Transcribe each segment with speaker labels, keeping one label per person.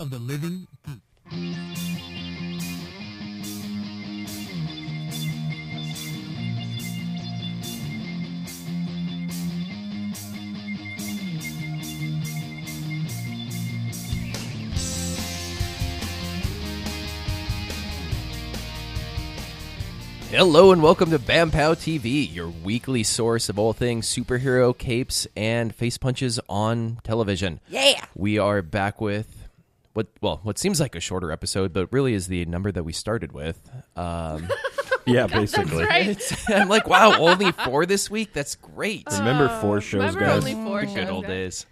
Speaker 1: of the living poop.
Speaker 2: Hello and welcome to Bam Pow TV, your weekly source of all things superhero capes and face punches on television.
Speaker 3: Yeah.
Speaker 2: We are back with what well, what seems like a shorter episode, but really is the number that we started with. Um,
Speaker 4: Yeah, basically.
Speaker 3: Right.
Speaker 2: it's- I'm like, wow, only four this week. That's great.
Speaker 4: Remember four shows,
Speaker 3: Oh, Remember
Speaker 4: guys.
Speaker 3: only four
Speaker 2: the
Speaker 3: shows.
Speaker 2: good old
Speaker 3: guys.
Speaker 2: days.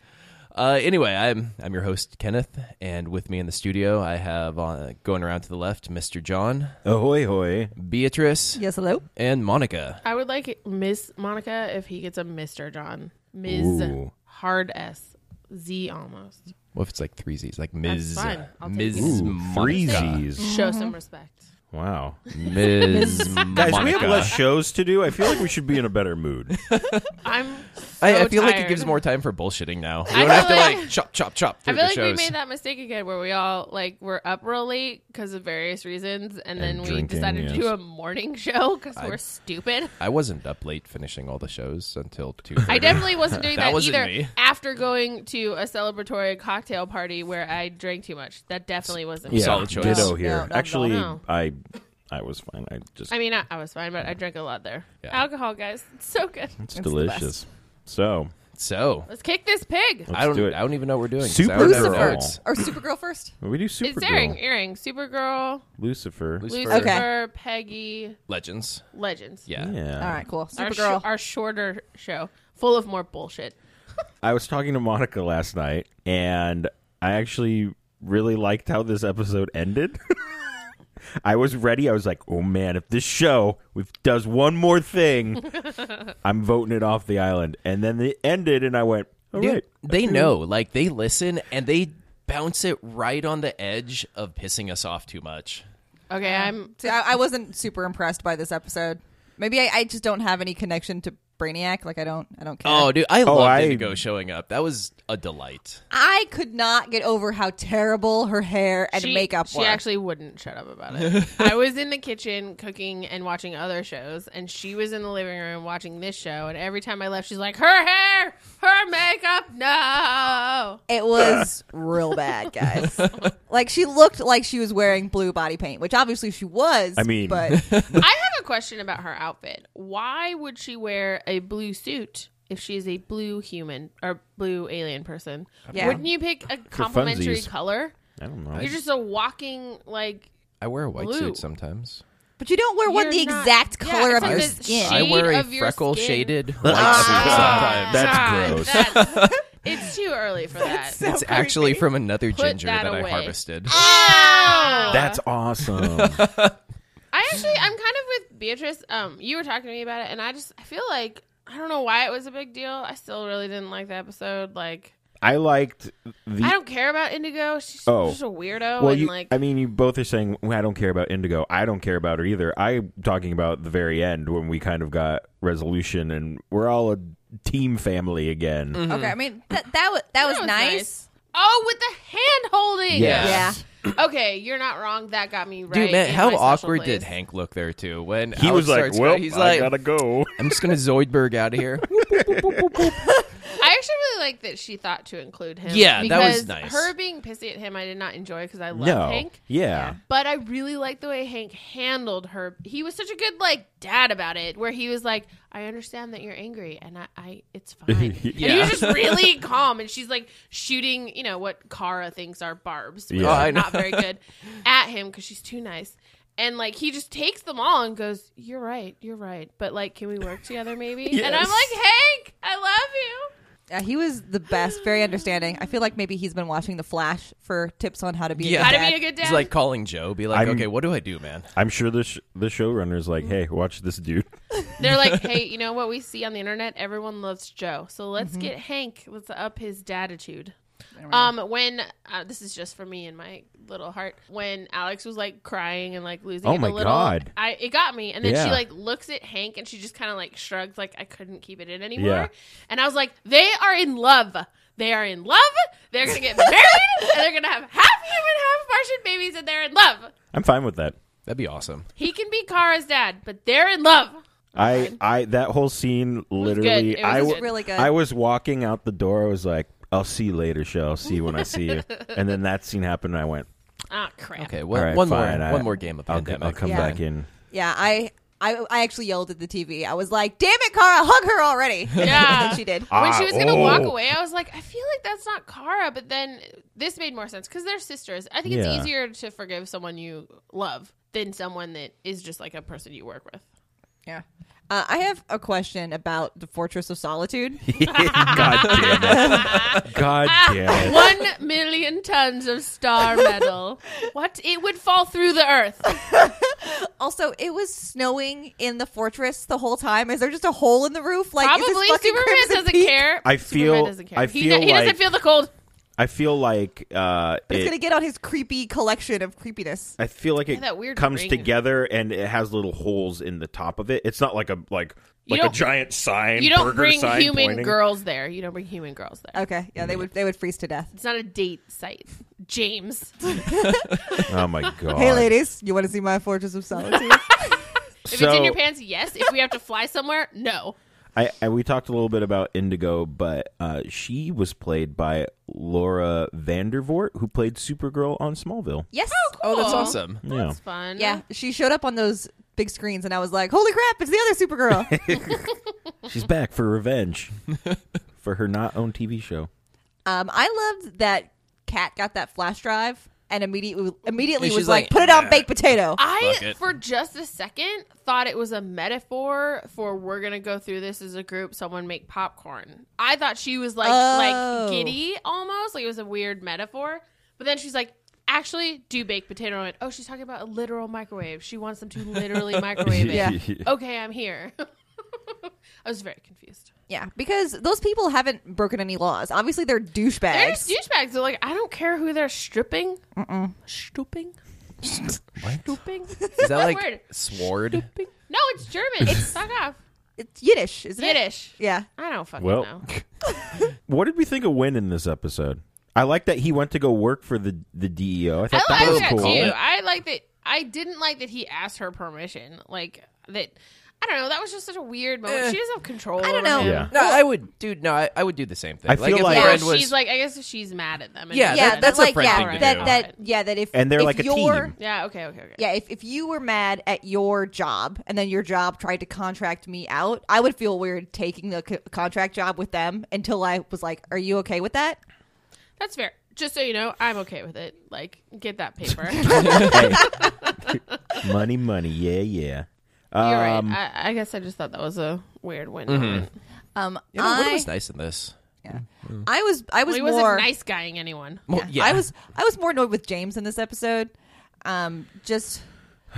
Speaker 2: Uh, anyway, I'm I'm your host Kenneth, and with me in the studio, I have uh, going around to the left, Mr. John,
Speaker 4: Ahoy, hoy.
Speaker 2: Beatrice,
Speaker 5: Yes, hello.
Speaker 2: and Monica.
Speaker 3: I would like Miss Monica if he gets a Mr. John. Ms.
Speaker 4: Ooh.
Speaker 3: Hard S. Z almost.
Speaker 2: What if it's like three Z's, like Ms.
Speaker 3: fine. I'll take
Speaker 2: Ms.
Speaker 3: it.
Speaker 4: Ooh,
Speaker 2: Monica.
Speaker 4: freezies.
Speaker 3: Show some respect.
Speaker 4: Wow.
Speaker 2: Ms.
Speaker 4: Guys,
Speaker 2: Monica.
Speaker 4: we have less shows to do. I feel like we should be in a better mood.
Speaker 3: I'm so
Speaker 2: I, I feel like it
Speaker 3: tired.
Speaker 2: gives more time for bullshitting now. You
Speaker 3: I
Speaker 2: don't have to
Speaker 3: feel like-
Speaker 2: like chop, chop, chop
Speaker 3: I
Speaker 2: through
Speaker 3: feel
Speaker 2: the
Speaker 3: like we
Speaker 2: shows.
Speaker 3: made that mistake again where we all like were up real late because of various reasons and, then we
Speaker 4: drinking,
Speaker 3: decided
Speaker 4: yes.
Speaker 3: to do a morning show because we're stupid.
Speaker 2: I wasn't up late finishing all the shows until two.
Speaker 3: I definitely wasn't doing
Speaker 2: That
Speaker 3: that,
Speaker 2: wasn't
Speaker 3: either
Speaker 2: me.
Speaker 3: after going to a celebratory cocktail party where I drank too much. That definitely wasn't me.
Speaker 2: Yeah. Solid choice.
Speaker 4: Ditto
Speaker 5: No,
Speaker 4: here.
Speaker 5: no, no,
Speaker 4: Actually,
Speaker 3: no.
Speaker 4: I I was fine. I just
Speaker 3: I mean, I, I was fine, but I drank a lot there.
Speaker 2: Yeah. Mm-hmm.
Speaker 3: Alcohol, guys, it's so good.
Speaker 4: it's,
Speaker 5: the
Speaker 4: delicious. So
Speaker 2: so
Speaker 3: Let's kick this pig.
Speaker 2: I don't.
Speaker 4: do it.
Speaker 2: I don't even know what we're doing. 'cause I
Speaker 4: Super
Speaker 2: don't have
Speaker 4: Girl.
Speaker 5: Lucifer.
Speaker 2: notes.
Speaker 5: Or Supergirl first?
Speaker 4: we do
Speaker 3: It's airing,
Speaker 4: Supergirl,
Speaker 3: airing, Supergirl,
Speaker 4: Lucifer.
Speaker 2: Lucifer.
Speaker 3: Lucifer, Peggy,
Speaker 2: Legends.
Speaker 3: Legends.
Speaker 2: Yeah.
Speaker 4: Yeah.
Speaker 5: All right, cool.
Speaker 3: our, sh-
Speaker 5: Supergirl.
Speaker 3: our shorter show, full of more bullshit.
Speaker 4: I was talking to Monica last night, and I actually really liked how this episode ended. I was ready. I was like, "Oh man, if this show if it does one more thing, I'm voting it off the island." And then it ended, and I went, "All
Speaker 2: Dude,
Speaker 4: right,
Speaker 2: they know. Like they listen and they bounce it right on the edge of pissing us off too much.
Speaker 3: Okay, I'm.
Speaker 5: See, I, I wasn't super impressed by this episode. Maybe I, I just don't have any connection to Brainiac. Like I don't, I don't care.
Speaker 2: Oh, dude, I love
Speaker 4: I-
Speaker 2: Indigo showing up. That was a delight.
Speaker 5: I could not get over how terrible her hair and
Speaker 3: She,
Speaker 5: makeup
Speaker 3: she
Speaker 5: were.
Speaker 3: actually wouldn't shut up about it. I was in the kitchen cooking and watching other shows, and she was in the living room watching this show. And every time I left, she's like, "Her hair, her makeup, no."
Speaker 5: it was real bad, guys. like she looked like she was wearing blue body paint, which obviously she was.
Speaker 4: I mean-
Speaker 5: but
Speaker 3: I have a question about her outfit. Why would she wear a blue suit if she is a blue human or blue alien person?
Speaker 5: Yeah.
Speaker 3: Wouldn't you pick a complementary
Speaker 4: funsies.
Speaker 3: color?
Speaker 4: I don't know."
Speaker 3: You're just a walking like
Speaker 2: I wear a white
Speaker 3: Blue.
Speaker 2: suit sometimes.
Speaker 5: but you don't wear one
Speaker 3: You're
Speaker 5: the
Speaker 3: not-
Speaker 5: exact
Speaker 3: yeah,
Speaker 5: color
Speaker 3: it's
Speaker 5: of
Speaker 3: like
Speaker 5: your
Speaker 3: this
Speaker 5: skin.
Speaker 2: I wear a
Speaker 3: of your
Speaker 2: freckle
Speaker 3: skin.
Speaker 2: shaded white suit
Speaker 4: Ah.
Speaker 2: sometimes.
Speaker 4: that's gross.
Speaker 3: That's, it's too early for that.
Speaker 2: it's actually from another
Speaker 3: Put
Speaker 2: ginger
Speaker 3: that
Speaker 2: that, I
Speaker 3: away.
Speaker 2: harvested.
Speaker 4: That's awesome.
Speaker 3: I actually, I'm kind of with Beatrice. Um, you were talking to me about it, and I just, I feel like I don't know why it was a big deal. I still really didn't like the episode. Like,
Speaker 4: I liked the
Speaker 3: I don't care about Indigo. She's
Speaker 4: Oh.
Speaker 3: just a weirdo,
Speaker 4: Well,
Speaker 3: and
Speaker 4: you,
Speaker 3: like,
Speaker 4: I mean, you both are saying "Well, I don't care about Indigo. I don't care about her either. I'm talking about the very end when we kind of got resolution and we're all a team family again.
Speaker 3: Mm-hmm.
Speaker 5: Okay, I mean that that was that was
Speaker 3: was
Speaker 5: nice.
Speaker 3: oh, with the hand holding.
Speaker 4: Yes.
Speaker 3: Okay, you're not wrong. That got me right.
Speaker 2: Dude, man,
Speaker 3: in
Speaker 2: how
Speaker 3: my special
Speaker 2: awkward
Speaker 3: place.
Speaker 2: did Hank look there too? When
Speaker 4: He
Speaker 2: Alex
Speaker 4: was like,
Speaker 2: starts-
Speaker 4: "Well,
Speaker 2: he's
Speaker 4: I
Speaker 2: like,
Speaker 4: gotta go."
Speaker 2: I'm just gonna Zoidberg out of here.
Speaker 3: I actually really like that she thought to include him.
Speaker 2: Yeah, that was
Speaker 3: because
Speaker 2: nice.
Speaker 3: Her being pissy at him, I did not enjoy because I love
Speaker 4: no,
Speaker 3: Hank.
Speaker 4: yeah,
Speaker 3: But I really liked the way Hank handled her. He was such a good like dad about it, where he was like, "I understand that you're angry, and I, I it's fine." And he
Speaker 2: Yeah.
Speaker 3: was just really calm, and she's like shooting, you know, what Kara thinks are barbs, which
Speaker 4: Yeah. Oh,
Speaker 3: are
Speaker 2: I know.
Speaker 3: not very good at him because she's too nice. And like he just takes them all and goes, "You're right, you're right, but like, can we work together, maybe?" And I'm
Speaker 2: Yes.
Speaker 3: like, "Hank, I love you."
Speaker 5: Yeah, he was the best. Very understanding. I feel like maybe he's been watching The Flash for tips on how to be.
Speaker 2: Yeah.
Speaker 5: A
Speaker 3: Gotta
Speaker 5: good
Speaker 3: be
Speaker 5: dad.
Speaker 3: a good dad.
Speaker 2: He's like calling Joe, be like,
Speaker 4: I'm-
Speaker 2: okay, what do I do, man?
Speaker 4: I'm sure the sh- the showrunner's
Speaker 3: Mm-hmm.
Speaker 4: like, "Hey, watch this dude."
Speaker 3: They're like, hey, you know what we see on the internet? Everyone loves Joe. So let's
Speaker 4: Mm-hmm.
Speaker 3: get Hank. Let's up his datitude. Um, when uh, this is just for me and my little heart. When Alex was like crying and like losing
Speaker 4: Oh
Speaker 3: it
Speaker 4: my
Speaker 3: a little,
Speaker 4: God.
Speaker 3: I it got me. And then she
Speaker 4: Yeah.
Speaker 3: like looks at Hank and she just kind of like shrugs, like I couldn't keep it in anymore.
Speaker 4: Yeah.
Speaker 3: And I was like, they are in love. They are in love. They're gonna get married, and they're gonna have half human, half Martian babies, and they're in love.
Speaker 4: I'm fine with that.
Speaker 2: That'd be awesome.
Speaker 3: He can be Kara's dad, but they're in love.
Speaker 4: I, I that whole scene literally
Speaker 3: good. It was
Speaker 4: I
Speaker 3: good.
Speaker 4: w-
Speaker 5: Really good.
Speaker 4: I was walking out the door, I was like, I'll see you later, show. I'll see you when I see you. and then that scene happened and I went,
Speaker 3: Ah, crap.
Speaker 2: Okay,
Speaker 4: All
Speaker 2: one,
Speaker 4: right,
Speaker 2: one
Speaker 4: fine,
Speaker 2: more,
Speaker 4: I-
Speaker 2: one more game of
Speaker 4: I'll,
Speaker 2: pandemic.
Speaker 4: I'll come
Speaker 5: Yeah.
Speaker 4: back in.
Speaker 5: Yeah, I, I, I actually yelled at the TV. I was like, "Damn it, Kara, hug her already!"
Speaker 3: Yeah.
Speaker 5: and she did.
Speaker 3: When
Speaker 4: Ah,
Speaker 3: she was gonna walk
Speaker 4: oh.
Speaker 3: away, I was like, I feel like that's not Kara. But then this made more sense because they're sisters. I think it's
Speaker 4: Yeah.
Speaker 3: easier to forgive someone you love than someone that is just like a person you work with.
Speaker 5: Yeah. Uh, I have a question about the Fortress of Solitude.
Speaker 4: God damn it. God damn it.
Speaker 3: One million tons of star metal. what? It would fall through the earth.
Speaker 5: also, it was snowing in the fortress the whole time. Is there just a hole in the roof? Like is this
Speaker 3: Probably
Speaker 5: fucking
Speaker 3: Superman
Speaker 5: Crimson
Speaker 3: doesn't
Speaker 5: Peak?
Speaker 3: care.
Speaker 4: I
Speaker 3: Superman
Speaker 4: feel-
Speaker 3: doesn't care. he,
Speaker 4: I feel
Speaker 3: he doesn't
Speaker 4: like-
Speaker 3: feel the cold.
Speaker 4: I feel like uh
Speaker 5: It's gonna
Speaker 4: it,
Speaker 5: get on his creepy collection of creepiness.
Speaker 4: I feel like it
Speaker 3: that weird
Speaker 4: comes
Speaker 3: ring.
Speaker 4: together and it has little holes in the top of it. It's not like a like
Speaker 3: You
Speaker 4: like a
Speaker 3: don't-
Speaker 4: giant sign.
Speaker 3: You don't
Speaker 4: burger
Speaker 3: bring
Speaker 4: sign
Speaker 3: human
Speaker 4: pointing.
Speaker 3: girls there. You don't bring human girls there.
Speaker 5: Okay, yeah, they would they would freeze to death.
Speaker 3: It's not a date site. James.
Speaker 4: Oh my god.
Speaker 5: Hey, ladies, you want to see my Fortress of Solitude?
Speaker 3: If
Speaker 4: So-
Speaker 3: it's in your pants, yes. If we have to fly somewhere, no.
Speaker 4: I, I we talked a little bit about Indigo, but uh, she was played by Laura Vandervoort, who played Supergirl on Smallville.
Speaker 5: yes.
Speaker 2: Oh, that's
Speaker 3: Cool.
Speaker 2: awesome.
Speaker 4: Yeah,
Speaker 3: It's fun.
Speaker 5: Yeah, she showed up on those big screens, and I was like, "Holy crap! It's the other Supergirl."
Speaker 4: she's back for revenge for her not own TV show.
Speaker 5: um, I loved that Kat got that flash drive and immediately immediately
Speaker 2: And
Speaker 5: was
Speaker 2: she's
Speaker 5: like,
Speaker 2: like,
Speaker 5: "Put it on baked potato."
Speaker 2: Fuck
Speaker 3: I,
Speaker 2: it.
Speaker 3: for just a second, thought it was a metaphor for we're gonna go through this as a group. Someone make popcorn. I thought she was like
Speaker 5: Oh.
Speaker 3: like giddy almost, like it was a weird metaphor. But then she's like, actually, do baked potato. I went, oh, she's talking about a literal microwave. She wants them to literally microwave it. Okay, I'm here. I was very confused.
Speaker 5: Yeah, because those people haven't broken any laws. Obviously, they're
Speaker 3: They're
Speaker 5: douchebags.
Speaker 3: just douchebags. They're like, I don't care who they're stripping. Stripping. Stripping.
Speaker 2: Is that like
Speaker 3: word.
Speaker 2: sword?
Speaker 3: No, it's German. It's fuck off.
Speaker 5: it's Yiddish, isn't it?
Speaker 3: Yiddish.
Speaker 5: Yeah.
Speaker 3: I don't fucking
Speaker 4: Well,
Speaker 3: know.
Speaker 4: what did we think of Win in this episode? I like that he went to go work for the the DEO. I
Speaker 3: I
Speaker 4: thought
Speaker 3: like
Speaker 4: that was
Speaker 3: that
Speaker 4: cool.
Speaker 3: too. I like that. I didn't like that he asked her permission. Like that. I don't know. That was just such a weird moment.
Speaker 2: Eh.
Speaker 3: she doesn't have control.
Speaker 5: I don't
Speaker 3: over
Speaker 5: know.
Speaker 3: him.
Speaker 4: Yeah.
Speaker 2: No, I would, dude. No, I, I would do the same thing.
Speaker 4: I feel
Speaker 2: if
Speaker 4: like-
Speaker 2: my
Speaker 3: Yeah,
Speaker 2: friend was,
Speaker 3: she's like. I guess she's mad at them. and
Speaker 2: Yeah,
Speaker 5: Yeah,
Speaker 3: doesn't
Speaker 2: that-
Speaker 3: know.
Speaker 5: that's
Speaker 2: that's a
Speaker 5: like
Speaker 2: friend
Speaker 5: yeah,
Speaker 2: thing to
Speaker 5: that
Speaker 2: do.
Speaker 5: that yeah that if
Speaker 4: And they're
Speaker 5: if
Speaker 4: like a
Speaker 5: your,
Speaker 4: team.
Speaker 3: Yeah. Okay. Okay. Okay.
Speaker 5: Yeah, if if you were mad at your job and then your job tried to contract me out, I would feel weird taking the c- contract job with them until I was like, "Are you okay with that?"
Speaker 3: That's fair. Just so you know, I'm okay with it. Like, get that paper.
Speaker 4: Hey. money, money, yeah, yeah.
Speaker 3: You're
Speaker 4: Um, Mm-hmm.
Speaker 3: right. I, I guess I just thought that was a weird win.
Speaker 5: Um,
Speaker 2: you know, what
Speaker 5: I,
Speaker 2: was nice in this?
Speaker 5: I was I was
Speaker 3: Well, he
Speaker 5: more
Speaker 3: wasn't nice guying anyone.
Speaker 2: Well, yeah,
Speaker 5: I was I was more annoyed with James in this episode. Um, just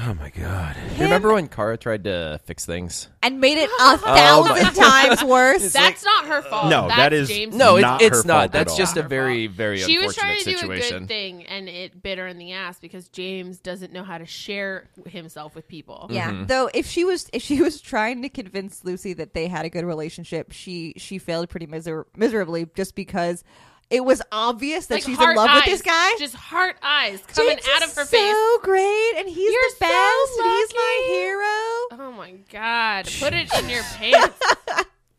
Speaker 4: Oh my god.
Speaker 2: You remember when Kara tried to fix things?
Speaker 5: and made it
Speaker 2: Oh
Speaker 5: a thousand times worse.
Speaker 3: That's not her fault.
Speaker 4: No,
Speaker 3: That's
Speaker 4: that is-
Speaker 3: James.
Speaker 2: No, it's
Speaker 4: Not
Speaker 2: it's
Speaker 4: her fault
Speaker 2: not.
Speaker 4: at
Speaker 2: That's
Speaker 4: all.
Speaker 2: just
Speaker 3: Not
Speaker 2: a
Speaker 3: her
Speaker 2: very very
Speaker 3: she was
Speaker 2: unfortunate
Speaker 3: trying to do a
Speaker 2: situation.
Speaker 3: good thing, and it bit her in the ass because James doesn't know how to share himself with people.
Speaker 5: Yeah. Though if she was if she was trying to convince Lucy that they had a good relationship, she she failed pretty miser- miserably just because it was obvious that
Speaker 3: Like
Speaker 5: she's in
Speaker 3: heart
Speaker 5: love with
Speaker 3: eyes,
Speaker 5: this guy.
Speaker 3: Just heart eyes coming
Speaker 5: James
Speaker 3: out
Speaker 5: is
Speaker 3: of her
Speaker 5: so
Speaker 3: face.
Speaker 5: great, and he's
Speaker 3: You're
Speaker 5: the
Speaker 3: so
Speaker 5: best, and he's my
Speaker 3: lucky.
Speaker 5: hero.
Speaker 3: Oh my god! Put it in your pants.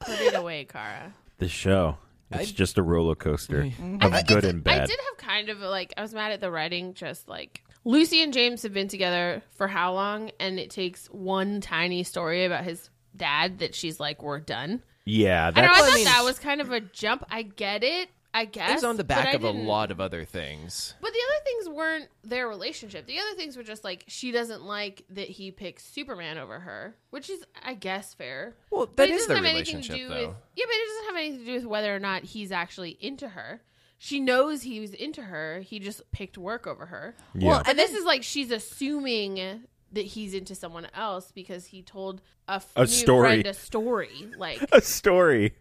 Speaker 3: Put it away, Kara.
Speaker 4: This show. It's just a roller coaster of good and
Speaker 3: I
Speaker 4: bad.
Speaker 3: did have kind of like I was mad at the writing. Just like Lucy and James have been together for how long, and it takes one tiny story about his dad that she's like, "We're done."
Speaker 4: Yeah,
Speaker 3: I don't know. I thought
Speaker 4: that's
Speaker 3: that was kind of a jump. I get it. I guess
Speaker 2: It was on the
Speaker 3: but I
Speaker 2: back of a
Speaker 3: didn't-
Speaker 2: lot of other things.
Speaker 3: But the other things weren't their relationship. The other things were just like she doesn't like that he picks Superman over her, which is, I guess, fair.
Speaker 2: Well,
Speaker 3: But
Speaker 2: that
Speaker 3: it
Speaker 2: is
Speaker 3: doesn't
Speaker 2: their
Speaker 3: have anything to
Speaker 2: relationship,
Speaker 3: do
Speaker 2: though.
Speaker 3: with yeah, but it doesn't have anything to do with whether or not he's actually into her. She knows he was into her. He just picked work over her.
Speaker 4: yeah.
Speaker 3: And this is like she's assuming that he's into someone else because he told a, f-
Speaker 4: A
Speaker 3: new
Speaker 4: story.
Speaker 3: friend a story. Like
Speaker 4: a story.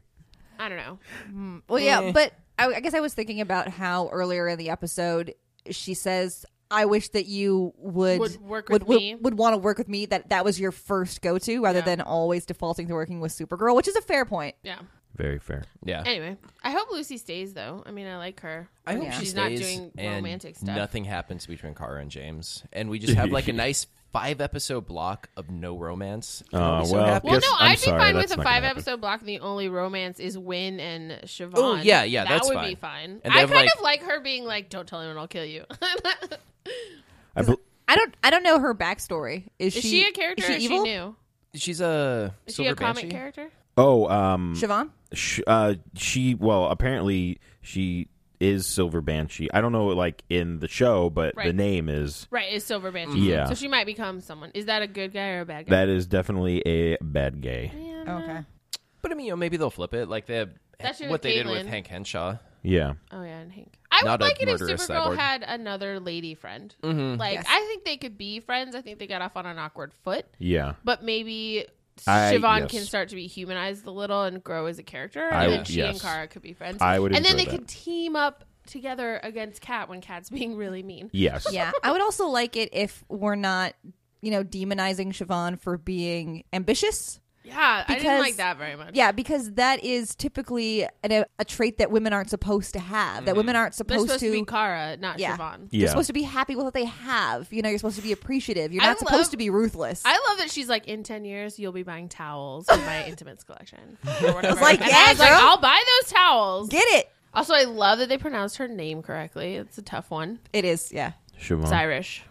Speaker 3: I don't know.
Speaker 5: Well,
Speaker 3: eh.
Speaker 5: yeah, but I, I guess I was thinking about how earlier in the episode she says, "I wish that you would
Speaker 3: Would work
Speaker 5: would,
Speaker 3: with
Speaker 5: would,
Speaker 3: me."
Speaker 5: would want to work with me." That that was your first go to, rather than always defaulting to working with Supergirl, which is a fair point.
Speaker 3: Yeah.
Speaker 4: Very fair.
Speaker 2: Yeah.
Speaker 3: Anyway, I hope Lucy stays though. I mean, I like her.
Speaker 2: I hope
Speaker 5: Yeah.
Speaker 2: she
Speaker 3: she's
Speaker 2: stays
Speaker 3: not doing
Speaker 2: and
Speaker 3: romantic stuff.
Speaker 2: nothing happens between Kara and James, and we just have like a nice five episode block of no romance. And I'll
Speaker 4: Uh,
Speaker 2: be so
Speaker 4: well,
Speaker 2: happy.
Speaker 3: Well,
Speaker 4: Yes,
Speaker 3: no,
Speaker 4: I'm
Speaker 3: I'd be
Speaker 4: sorry,
Speaker 3: fine
Speaker 4: that's
Speaker 3: with a
Speaker 4: not gonna
Speaker 3: five
Speaker 4: happen.
Speaker 3: episode block. and The only romance is Win and Siobhan.
Speaker 2: Oh, yeah, yeah,
Speaker 3: that
Speaker 2: that's
Speaker 3: would
Speaker 2: fine.
Speaker 3: be fine.
Speaker 2: And
Speaker 3: I
Speaker 2: they have,
Speaker 3: kind
Speaker 2: like-
Speaker 3: of like her being like, "Don't tell anyone, I'll kill you."
Speaker 4: I bel
Speaker 5: I don't. I don't know her backstory. Is,
Speaker 3: is she, a character?
Speaker 5: Is she
Speaker 3: or is
Speaker 5: evil?
Speaker 3: she new?
Speaker 2: she's a
Speaker 3: Is
Speaker 2: silver
Speaker 3: she a comic
Speaker 2: banshee.
Speaker 3: character?
Speaker 4: oh, um,
Speaker 5: Siobhan.
Speaker 4: sh- uh, she. Well, apparently she is Silver Banshee. I don't know, like in the show, but the
Speaker 3: Right.
Speaker 4: name is.
Speaker 3: Right, is Silver Banshee.
Speaker 4: Mm-hmm. Yeah.
Speaker 3: So she might become someone. Is that a good guy or a bad guy?
Speaker 4: That is definitely a bad gay.
Speaker 3: Yeah, no.
Speaker 5: Okay.
Speaker 2: But I mean, you know, maybe they'll flip it like they
Speaker 3: That's your
Speaker 2: what they did with
Speaker 3: Caitlyn.
Speaker 2: Hank Henshaw.
Speaker 4: Yeah.
Speaker 3: Oh yeah, and Hank. I
Speaker 2: Not
Speaker 3: would
Speaker 2: a
Speaker 3: like it if
Speaker 2: murderous
Speaker 3: Supergirl
Speaker 2: cyborg. Mm-hmm.
Speaker 3: had another lady friend. Like
Speaker 5: Yes.
Speaker 3: I think they could be friends. I think they got off on an awkward foot,
Speaker 4: Yeah.
Speaker 3: but maybe
Speaker 4: I-
Speaker 3: Siobhan
Speaker 4: yes.
Speaker 3: can start to be humanized a little and grow as a character, and
Speaker 4: I
Speaker 3: then
Speaker 4: would-
Speaker 3: she
Speaker 4: yes.
Speaker 3: and Kara could be friends.
Speaker 4: I would
Speaker 3: and then they
Speaker 4: enjoy that.
Speaker 3: could team up together against Cat when Cat's being really mean.
Speaker 4: Yes.
Speaker 5: Yeah, I would also like it if we're not, you know, demonizing Siobhan for being ambitious.
Speaker 3: Yeah, I didn't
Speaker 5: Because-
Speaker 3: like that very much.
Speaker 5: Yeah, because that is typically an, a trait that women aren't supposed to have. That women aren't
Speaker 3: Mm-hmm. they're
Speaker 5: supposed,
Speaker 3: supposed to, be Kara, not
Speaker 5: Yeah.
Speaker 3: Siobhan.
Speaker 5: You're
Speaker 4: Yeah.
Speaker 5: supposed to be happy with what they have. You know, you're supposed to be appreciative. You're
Speaker 3: I
Speaker 5: not supposed
Speaker 3: love-
Speaker 5: to be ruthless.
Speaker 3: I love that she's like, in 10 years, you'll be buying towels for my intimates collection. Or whatever. And I was
Speaker 5: like, yeah,
Speaker 3: like,
Speaker 5: girl.
Speaker 3: I'll buy those towels.
Speaker 5: Get it?
Speaker 3: Also, I love that they pronounced her name correctly. It's a tough one.
Speaker 5: It is. Yeah.
Speaker 4: Siobhan.
Speaker 3: It's Irish.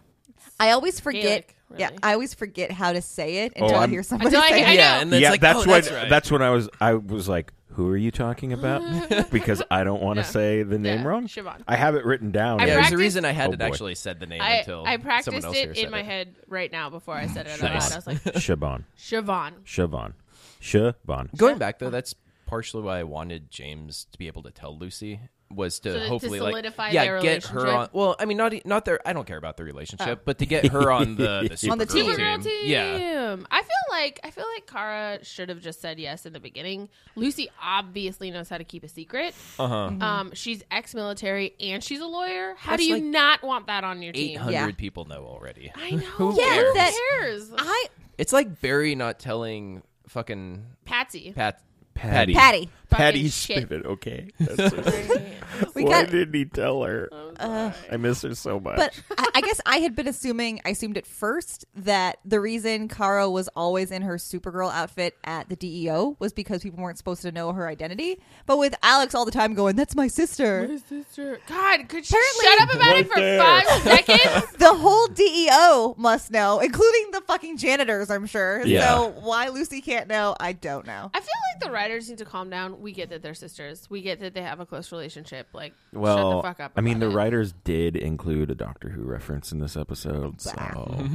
Speaker 5: I always forget.
Speaker 3: Gaelic,
Speaker 5: Yeah,
Speaker 3: really.
Speaker 5: I always forget how to say it until I
Speaker 4: Oh, I'm-
Speaker 5: hear somebody
Speaker 3: Until I-
Speaker 5: say
Speaker 3: I
Speaker 5: it.
Speaker 3: know.
Speaker 2: Yeah, and then
Speaker 4: yeah,
Speaker 2: it's like,
Speaker 4: that's
Speaker 2: oh,
Speaker 4: when
Speaker 2: that's right.
Speaker 4: that's when I was I was like, who are you talking about? because I don't want to say the name
Speaker 3: Yeah,
Speaker 4: wrong.
Speaker 3: Siobhan.
Speaker 4: I have it written down.
Speaker 3: I
Speaker 2: yeah, there's a
Speaker 3: practiced-
Speaker 2: reason I hadn't
Speaker 4: boy.
Speaker 2: actually said the name
Speaker 3: I,
Speaker 2: until
Speaker 3: I
Speaker 2: someone
Speaker 3: practiced
Speaker 2: else here
Speaker 3: it
Speaker 2: said
Speaker 3: in my head right now before I said it out loud. I was like,
Speaker 4: Siobhan.
Speaker 3: Siobhan.
Speaker 4: Siobhan. Siobhan.
Speaker 2: Going back though, that's partially why I wanted James to be able to tell Lucy was to
Speaker 3: So to- to
Speaker 2: hopefully
Speaker 3: solidify
Speaker 2: like yeah
Speaker 3: their
Speaker 2: get her on.
Speaker 3: relationship?
Speaker 2: Well, I mean not e- not their I don't care about the relationship, but to get her on the, the
Speaker 5: On the
Speaker 2: Supergirl
Speaker 5: team.
Speaker 3: Supergirl team.
Speaker 2: Yeah,
Speaker 3: I feel like I feel like Kara should have just said yes in the beginning. Lucy obviously knows how to keep a secret.
Speaker 2: uh huh.
Speaker 3: Um, she's ex-military and she's a lawyer. How
Speaker 2: That's
Speaker 3: do you
Speaker 2: like
Speaker 3: not want that on your
Speaker 2: Eight
Speaker 3: team?
Speaker 2: hundred
Speaker 5: Yeah.
Speaker 2: people know already.
Speaker 3: I know.
Speaker 2: Who
Speaker 3: yeah,
Speaker 2: cares?
Speaker 3: who cares?
Speaker 5: I
Speaker 2: It's like Barry not telling fucking
Speaker 3: Patsy.
Speaker 2: Pat
Speaker 4: Patty.
Speaker 5: Patty.
Speaker 4: Patty
Speaker 3: shit.
Speaker 4: Spivot. Okay. That's so sad.
Speaker 5: We
Speaker 4: Why
Speaker 5: got.
Speaker 4: didn't he tell her?
Speaker 3: Oh,
Speaker 4: I miss her so much.
Speaker 5: But I, I guess I had been assuming, I assumed at first that the reason Kara was always in her Supergirl outfit at the DEO was because people weren't supposed to know her identity. But with Alex all the time going, "That's my sister,"
Speaker 3: Sister. God, could she
Speaker 5: Apparently-
Speaker 3: shut up about it
Speaker 4: Right
Speaker 3: for
Speaker 4: there.
Speaker 3: five seconds?
Speaker 5: the whole DEO must know, including the fucking janitors. I'm sure.
Speaker 4: Yeah.
Speaker 5: So why Lucy can't know, I don't know.
Speaker 3: I feel like the writers need to calm down. We get that they're sisters. We get that they have a close relationship. Like, shut the
Speaker 4: well,
Speaker 3: fuck up.
Speaker 4: I mean,
Speaker 3: about
Speaker 4: the
Speaker 3: it.
Speaker 4: writers did include a Doctor Who reference in this episode, so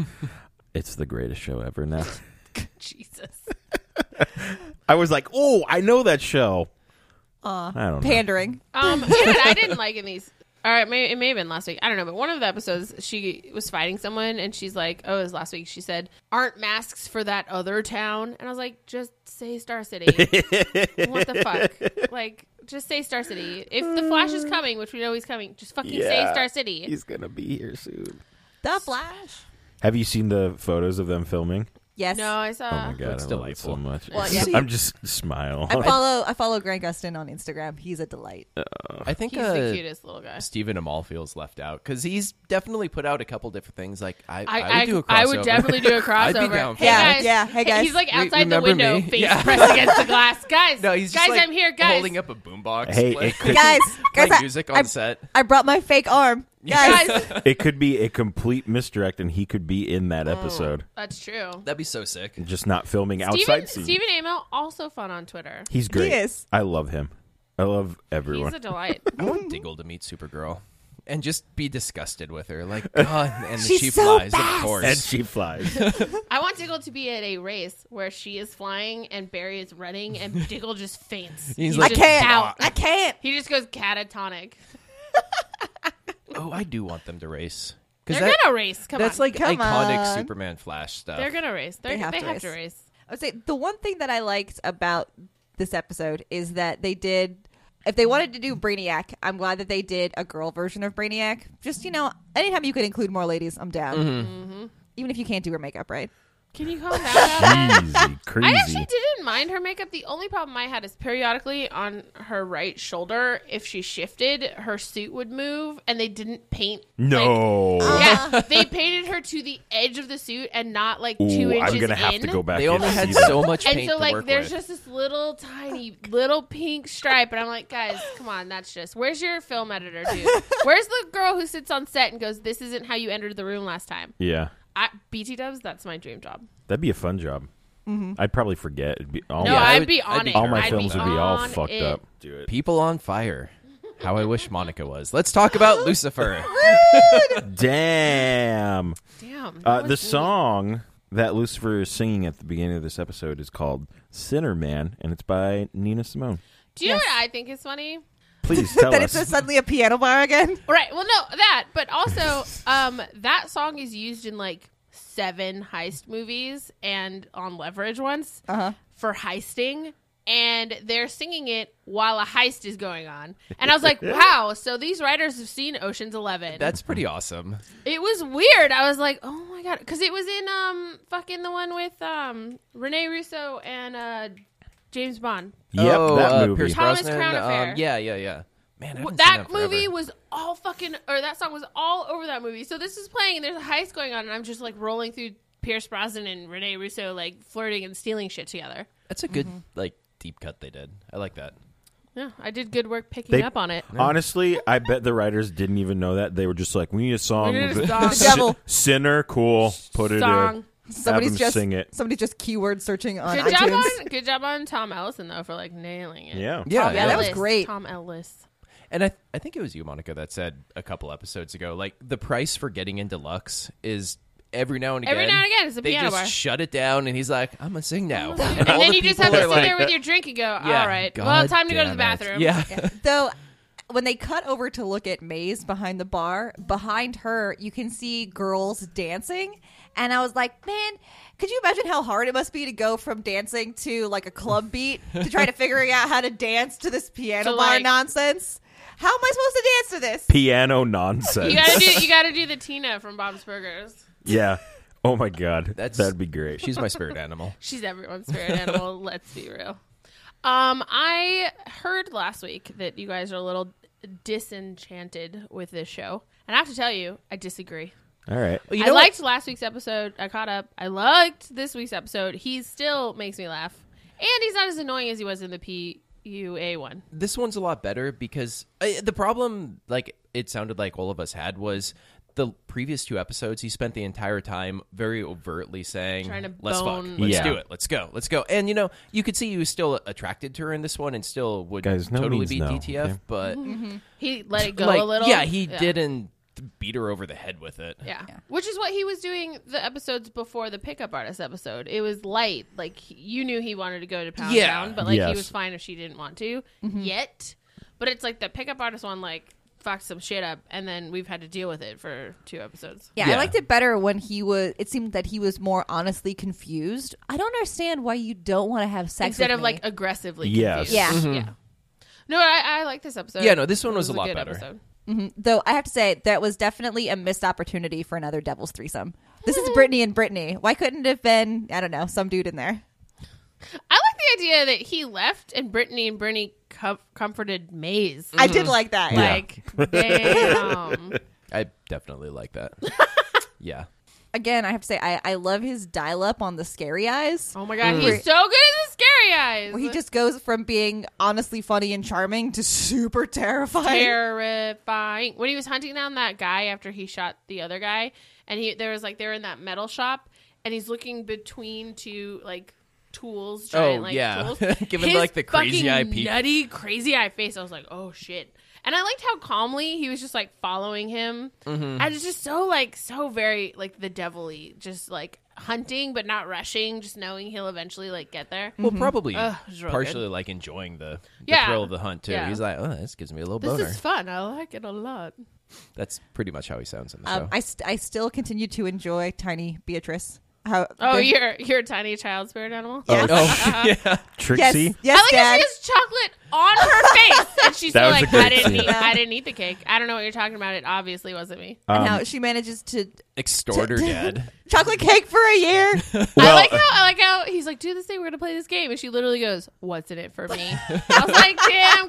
Speaker 4: it's the greatest show ever. Now,
Speaker 3: Jesus.
Speaker 4: I was like, oh, I know that show. I don't know.
Speaker 5: Pandering.
Speaker 3: Um, you know what I didn't like in these. All right, may, it may have been last week. I don't know, but one of the episodes, she was fighting someone, and she's like, "Oh, it was last week." She said, "Aren't masks for that other town?" And I was like, "Just say Star City. what the fuck? Like, just say Star City. If the Flash is coming, which we know he's coming, just fucking say
Speaker 4: Yeah.
Speaker 3: Star City."
Speaker 4: He's gonna be here soon.
Speaker 5: The Flash.
Speaker 4: Have you seen the photos of them filming?
Speaker 5: Yes.
Speaker 3: no, I saw.
Speaker 4: Oh my god,
Speaker 2: looks
Speaker 4: I love it
Speaker 2: delightful.
Speaker 4: so much.
Speaker 5: Well, yeah.
Speaker 4: I'm just smile.
Speaker 5: I follow I follow Grant Gustin on Instagram. He's a delight.
Speaker 2: I think
Speaker 3: He's
Speaker 2: uh,
Speaker 3: the cutest little guy.
Speaker 2: Stephen Amell feels left out because he's definitely put out a couple different things. Like I, I,
Speaker 3: I,
Speaker 2: would do a crossover.
Speaker 3: I would definitely do a crossover.
Speaker 2: I'd be down for
Speaker 3: hey
Speaker 5: that.
Speaker 3: guys,
Speaker 5: Yeah, yeah, hey, guys.
Speaker 3: He's like
Speaker 2: Re-
Speaker 3: outside the
Speaker 2: remember
Speaker 3: window,
Speaker 2: me?
Speaker 3: face
Speaker 2: Yeah.
Speaker 3: pressed against the glass. Guys,
Speaker 2: no, he's
Speaker 3: guys,
Speaker 2: just like
Speaker 3: I'm here, guys.
Speaker 2: holding up a boombox.
Speaker 4: Hey,
Speaker 2: playing,
Speaker 4: it could,
Speaker 5: guys, guys,
Speaker 2: playing
Speaker 5: I,
Speaker 2: music on
Speaker 5: I,
Speaker 2: set.
Speaker 5: I brought my fake arm. Guys,
Speaker 3: guys,
Speaker 4: it could be a complete misdirect, and he could be in
Speaker 3: Oh.
Speaker 4: that episode,
Speaker 3: that's true.
Speaker 2: That'd be so sick.
Speaker 4: just not filming
Speaker 3: Steven,
Speaker 4: outside. scenes.
Speaker 3: Steven Amell also fun on Twitter.
Speaker 4: He's great.
Speaker 5: is.
Speaker 4: I love him. I love
Speaker 3: He's
Speaker 4: everyone.
Speaker 3: a delight.
Speaker 2: I want Diggle to meet Supergirl and just be disgusted with her. Like God, and
Speaker 5: She's
Speaker 2: she
Speaker 5: so
Speaker 2: flies,
Speaker 5: fast.
Speaker 2: of course.
Speaker 4: and she flies.
Speaker 3: I want Diggle to be at a race where she is flying and Barry is running and Diggle just faints. He's,
Speaker 5: I
Speaker 2: like,
Speaker 3: just
Speaker 5: can't.
Speaker 3: out.
Speaker 5: I can't.
Speaker 3: He just goes catatonic.
Speaker 2: oh, I do want them to race
Speaker 3: They're
Speaker 2: because that,
Speaker 3: gonna race. Come
Speaker 2: that's
Speaker 3: on.
Speaker 2: like
Speaker 5: Come
Speaker 2: iconic
Speaker 5: on.
Speaker 2: Superman Flash stuff.
Speaker 3: they're gonna race. They're, they have, to, race.
Speaker 5: I would say the one thing that I liked about this episode is that they did. If they wanted to do Brainiac, I'm glad that they did a girl version of
Speaker 4: Mm-hmm.
Speaker 5: Mm-hmm. Brainiac. Just you know, anytime you can include more ladies, I'm down. Even if you can't do her makeup, right?
Speaker 3: Can you calm down about that?
Speaker 4: Easy, crazy.
Speaker 3: I actually didn't mind her makeup. The only problem I had is periodically on her right shoulder, if she shifted, her suit would move, and they didn't paint.
Speaker 4: no.
Speaker 3: Like, yeah, they painted her to the edge of the suit and not like two
Speaker 4: Ooh,
Speaker 3: inches
Speaker 4: I'm gonna have
Speaker 3: in.
Speaker 4: to go back.
Speaker 2: They
Speaker 4: in
Speaker 2: only
Speaker 4: and
Speaker 2: had
Speaker 4: see that.
Speaker 2: so much paint
Speaker 3: And so,
Speaker 2: to
Speaker 3: like,
Speaker 2: work
Speaker 3: there's
Speaker 2: with.
Speaker 3: just this little tiny, little pink stripe, and I'm like, guys, come on, that's just. Where's your film editor, dude? Where's the girl who sits on set and goes, "This isn't how you entered the room last time"?
Speaker 4: Yeah,
Speaker 3: I, BT Dubs, that's my dream job.
Speaker 4: that'd be a fun job. I'd probably forget. It'd be all
Speaker 3: No,
Speaker 4: my,
Speaker 2: I
Speaker 3: I'd,
Speaker 2: would-
Speaker 3: be
Speaker 2: I'd
Speaker 3: on
Speaker 2: be-
Speaker 3: it.
Speaker 4: all my
Speaker 3: I'd
Speaker 4: films would be all
Speaker 3: on
Speaker 4: fucked
Speaker 3: it.
Speaker 4: up. Do it.
Speaker 2: People on fire. How I wish Monica was. Let's talk about Lucifer.
Speaker 4: Damn.
Speaker 3: Damn. that
Speaker 4: Uh, the
Speaker 3: was neat.
Speaker 4: song that Lucifer is singing at the beginning of this episode is called "Sinner Man," and it's by Nina Simone.
Speaker 3: Do you know what I think is funny?
Speaker 4: Please tell
Speaker 5: that
Speaker 4: us.
Speaker 5: it's a, suddenly a piano bar again.
Speaker 3: Right. Well, no, that, but also um, that song is used in like seven heist movies and on Leverage once for heisting. And they're singing it while a heist is going on. And I was like, wow, so these writers have seen Ocean's Eleven.
Speaker 2: That's pretty awesome.
Speaker 3: it was weird. I was like, oh my God. Because it was in um fucking the one with um Rene Russo and uh, James Bond.
Speaker 4: yep,
Speaker 2: oh,
Speaker 4: that
Speaker 2: uh,
Speaker 4: movie.
Speaker 2: Pierce
Speaker 3: Thomas
Speaker 2: Brosnan,
Speaker 3: Crown Affair.
Speaker 2: Um, yeah, yeah, yeah. Man, I haven't
Speaker 3: Well,
Speaker 2: seen
Speaker 3: that
Speaker 2: forever.
Speaker 3: movie was all fucking, or that song was all over that movie. So this is playing, and there's a heist going on, and I'm just like rolling through Pierce Brosnan and Rene Russo, like flirting and stealing shit together.
Speaker 2: That's a good
Speaker 3: Mm-hmm.
Speaker 2: like deep cut they did. I like that.
Speaker 3: Yeah, I did good work picking
Speaker 4: They-
Speaker 3: up on it.
Speaker 4: Honestly, I bet the writers didn't even know that. They were just like, "We need a song."
Speaker 3: We need a
Speaker 4: with
Speaker 3: song. The
Speaker 5: devil.
Speaker 4: Sinner, cool. Put it
Speaker 3: Song.
Speaker 5: Somebody's
Speaker 4: them
Speaker 5: just
Speaker 4: sing it.
Speaker 5: Somebody's just keyword searching on
Speaker 3: Good job
Speaker 5: iTunes.
Speaker 3: on, good job on Tom Ellison though for like nailing it.
Speaker 4: in. Yeah.
Speaker 2: Yeah,
Speaker 3: Tom
Speaker 5: yeah, that was
Speaker 3: Ellis,
Speaker 5: great.
Speaker 3: Tom Ellis.
Speaker 2: And I, th- I think it was you, Monica, that said a couple episodes ago, like the price for getting into Lux is every now and again.
Speaker 3: Every now and again, it's a
Speaker 2: they
Speaker 3: piano
Speaker 2: just
Speaker 3: bar.
Speaker 2: shut it down, and he's like, "I'm gonna sing now."
Speaker 3: And
Speaker 2: all
Speaker 3: then
Speaker 2: the
Speaker 3: you just have
Speaker 2: people
Speaker 3: to
Speaker 2: are
Speaker 3: sit
Speaker 2: like,
Speaker 3: there with your drink and go,
Speaker 2: "Yeah,
Speaker 3: all right, well,
Speaker 2: God
Speaker 3: time to go to the
Speaker 2: damn it."
Speaker 3: bathroom.
Speaker 2: Yeah,
Speaker 5: Though when they cut over to look at Maze behind the bar, behind her you can see girls dancing. And I was like, man, could you imagine how hard it must be to go from dancing to like a club beat to try to figuring out how to dance to this
Speaker 3: To,
Speaker 5: piano bar
Speaker 3: like-
Speaker 5: nonsense? How am I supposed to dance to this?
Speaker 4: Piano nonsense.
Speaker 3: You gotta do, you gotta do the Tina from Bob's Burgers.
Speaker 4: yeah. Oh my god,
Speaker 2: That's-
Speaker 4: that'd be great.
Speaker 2: she's my spirit animal.
Speaker 3: She's everyone's spirit animal. Let's be real. Um, I heard last week that you guys are a little disenchanted with this show, and I have to tell you, I disagree.
Speaker 4: All right.
Speaker 2: You
Speaker 3: I
Speaker 2: know what?
Speaker 3: liked last week's episode. I caught up. I liked this week's episode. He still makes me laugh, and he's not as annoying as he was in the PUA one.
Speaker 2: this one's a lot better because I, the problem, like it sounded like all of us had, was the previous two episodes. He spent the entire time very overtly saying,
Speaker 3: Trying to
Speaker 2: "Let's
Speaker 3: bone-
Speaker 2: fuck, let's
Speaker 4: Yeah.
Speaker 2: do it, let's go, let's go." And you know, you could see he was still attracted to her in this one, and still would
Speaker 4: Guys, no
Speaker 2: totally
Speaker 4: means
Speaker 2: be
Speaker 4: no,
Speaker 2: DTF,
Speaker 4: okay?
Speaker 2: but
Speaker 3: Mm-hmm. He let it go
Speaker 2: like,
Speaker 3: a little.
Speaker 2: Yeah, he didn't beat her over the head with it.
Speaker 3: Yeah. Which is what he was doing the episodes before the pickup artist episode. It was light. Like he- you knew he wanted to go to Pound
Speaker 2: Yeah.
Speaker 3: Town, but like
Speaker 4: Yes.
Speaker 3: he was fine if she didn't want to
Speaker 5: Mm-hmm.
Speaker 3: yet. But it's like the pickup artist one like fucked some shit up and then we've had to deal with it for two episodes.
Speaker 5: Yeah,
Speaker 2: Yeah.
Speaker 5: I liked it better when he was. It seemed that he was more honestly confused. I don't understand why you don't want to have sex
Speaker 3: Instead
Speaker 5: with
Speaker 3: of
Speaker 5: me.
Speaker 3: like aggressively
Speaker 4: Yes.
Speaker 3: confused.
Speaker 5: Yeah.
Speaker 3: Yeah. No, I, I like this episode.
Speaker 2: Mm-hmm. Yeah, no, this one was a lot
Speaker 3: good
Speaker 2: better.
Speaker 5: Though I have to say that was definitely a missed opportunity for another Devil's threesome. This is Brittany and Brittany. Why couldn't it have been I don't know some dude in there?
Speaker 3: I like the idea that he left and Brittany and Brittany com- comforted Maze.
Speaker 5: I did like that.
Speaker 3: Like, damn.
Speaker 2: I definitely like that. yeah.
Speaker 5: Again, I have to say I, I love his dial up on the scary eyes.
Speaker 3: Oh my god,
Speaker 2: Mm.
Speaker 3: he's so good at the scary eyes.
Speaker 5: Where he just goes from being honestly funny and charming to super terrifying.
Speaker 3: terrifying. When he was hunting down that guy after he shot the other guy, and he there was like they're in that metal shop, and he's looking between two like tools, giant
Speaker 2: Oh,
Speaker 3: like
Speaker 2: yeah.
Speaker 3: tools.
Speaker 2: Give him,
Speaker 3: His
Speaker 2: like, the crazy
Speaker 3: fucking
Speaker 2: eye peek.
Speaker 3: nutty crazy eye face. I was like, oh shit. And I liked how calmly he was just like following him.
Speaker 2: Mm-hmm.
Speaker 3: And it's just so like so very like the devil-y, just like hunting but not rushing, just knowing he'll eventually like get there.
Speaker 2: Well, probably
Speaker 3: Mm-hmm. Ugh, it was real
Speaker 2: partially like enjoying the, the
Speaker 3: Yeah.
Speaker 2: thrill of the hunt too.
Speaker 3: Yeah.
Speaker 2: He's like, oh, this gives me a little
Speaker 3: This
Speaker 2: boner.
Speaker 3: is fun. I like it a lot.
Speaker 2: That's pretty much how he sounds in the show.
Speaker 5: Um, I st- I still continue to enjoy Tiny Beatrice. How
Speaker 3: Oh,
Speaker 5: the-
Speaker 3: you're you're a tiny child spirit animal.
Speaker 2: oh, yeah.
Speaker 5: yes,
Speaker 4: Trixie.
Speaker 5: yes,
Speaker 3: I like
Speaker 5: Dad.
Speaker 3: how she has chocolate on her face and she's still
Speaker 4: That was a
Speaker 3: like,
Speaker 4: good
Speaker 3: I didn't,
Speaker 4: scene.
Speaker 3: eat, I didn't eat the cake. I don't know what you're talking about. It obviously wasn't me.
Speaker 5: and how she manages to
Speaker 2: Extort her dad.
Speaker 5: chocolate cake for a year.
Speaker 3: I
Speaker 4: Well- uh,
Speaker 3: like how I like how he's like, do this thing. We're gonna play this game, and she literally goes, "What's in it for me?" I was like, "Damn,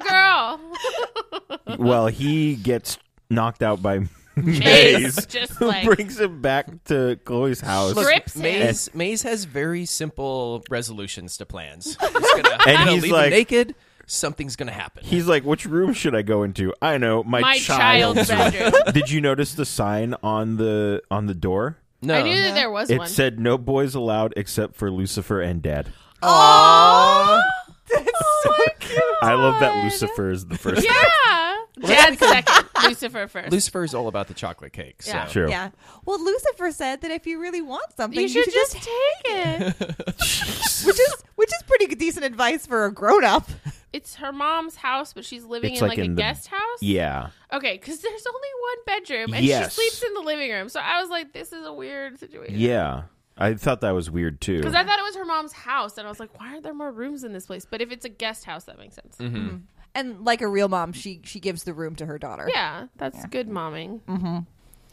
Speaker 3: girl."
Speaker 4: well, he gets knocked out by
Speaker 3: Maze
Speaker 4: Maze,
Speaker 3: just
Speaker 4: who
Speaker 3: like-
Speaker 4: brings him back to Chloe's house.
Speaker 3: Look, Strips him.
Speaker 2: Maze, Maze has very simple resolutions to plans. I'm just gonna, I'm gonna
Speaker 4: he's
Speaker 2: leave
Speaker 4: like-
Speaker 2: him naked. Something's gonna happen.
Speaker 4: He's like, "Which room should I go into?" I know my,
Speaker 3: My
Speaker 4: child's
Speaker 3: child's bedroom.
Speaker 4: room." Did you notice the sign on the on the door?
Speaker 2: no,
Speaker 3: I knew that there was
Speaker 4: It
Speaker 3: one.
Speaker 4: said, "No boys allowed except for Lucifer and Dad."
Speaker 5: Oh, that's so cute.
Speaker 4: I love that Lucifer is the first. one.
Speaker 3: yeah, Dad second, Lucifer first.
Speaker 2: Lucifer is all about the chocolate cake. So.
Speaker 3: Yeah.
Speaker 4: True.
Speaker 5: Yeah. Well, Lucifer said that if you really want something,
Speaker 3: you should just take it.
Speaker 5: which is which is pretty decent advice for a grown up.
Speaker 3: It's her mom's house, but she's living
Speaker 4: It's
Speaker 3: in
Speaker 4: like
Speaker 3: like,
Speaker 4: in
Speaker 3: a
Speaker 4: the-
Speaker 3: guest house.
Speaker 4: Yeah.
Speaker 3: Okay, because there's only one bedroom, and
Speaker 4: Yes.
Speaker 3: she sleeps in the living room. So I was like, this is a weird situation.
Speaker 4: Yeah. I thought that was weird too.
Speaker 3: Because I thought it was her mom's house, and I was like, why aren't there more rooms in this place? But if it's a guest house, that makes sense.
Speaker 4: Mm-hmm.
Speaker 5: And like a real mom, she she gives the room to her daughter.
Speaker 3: Yeah, that's good momming. Mm-hmm.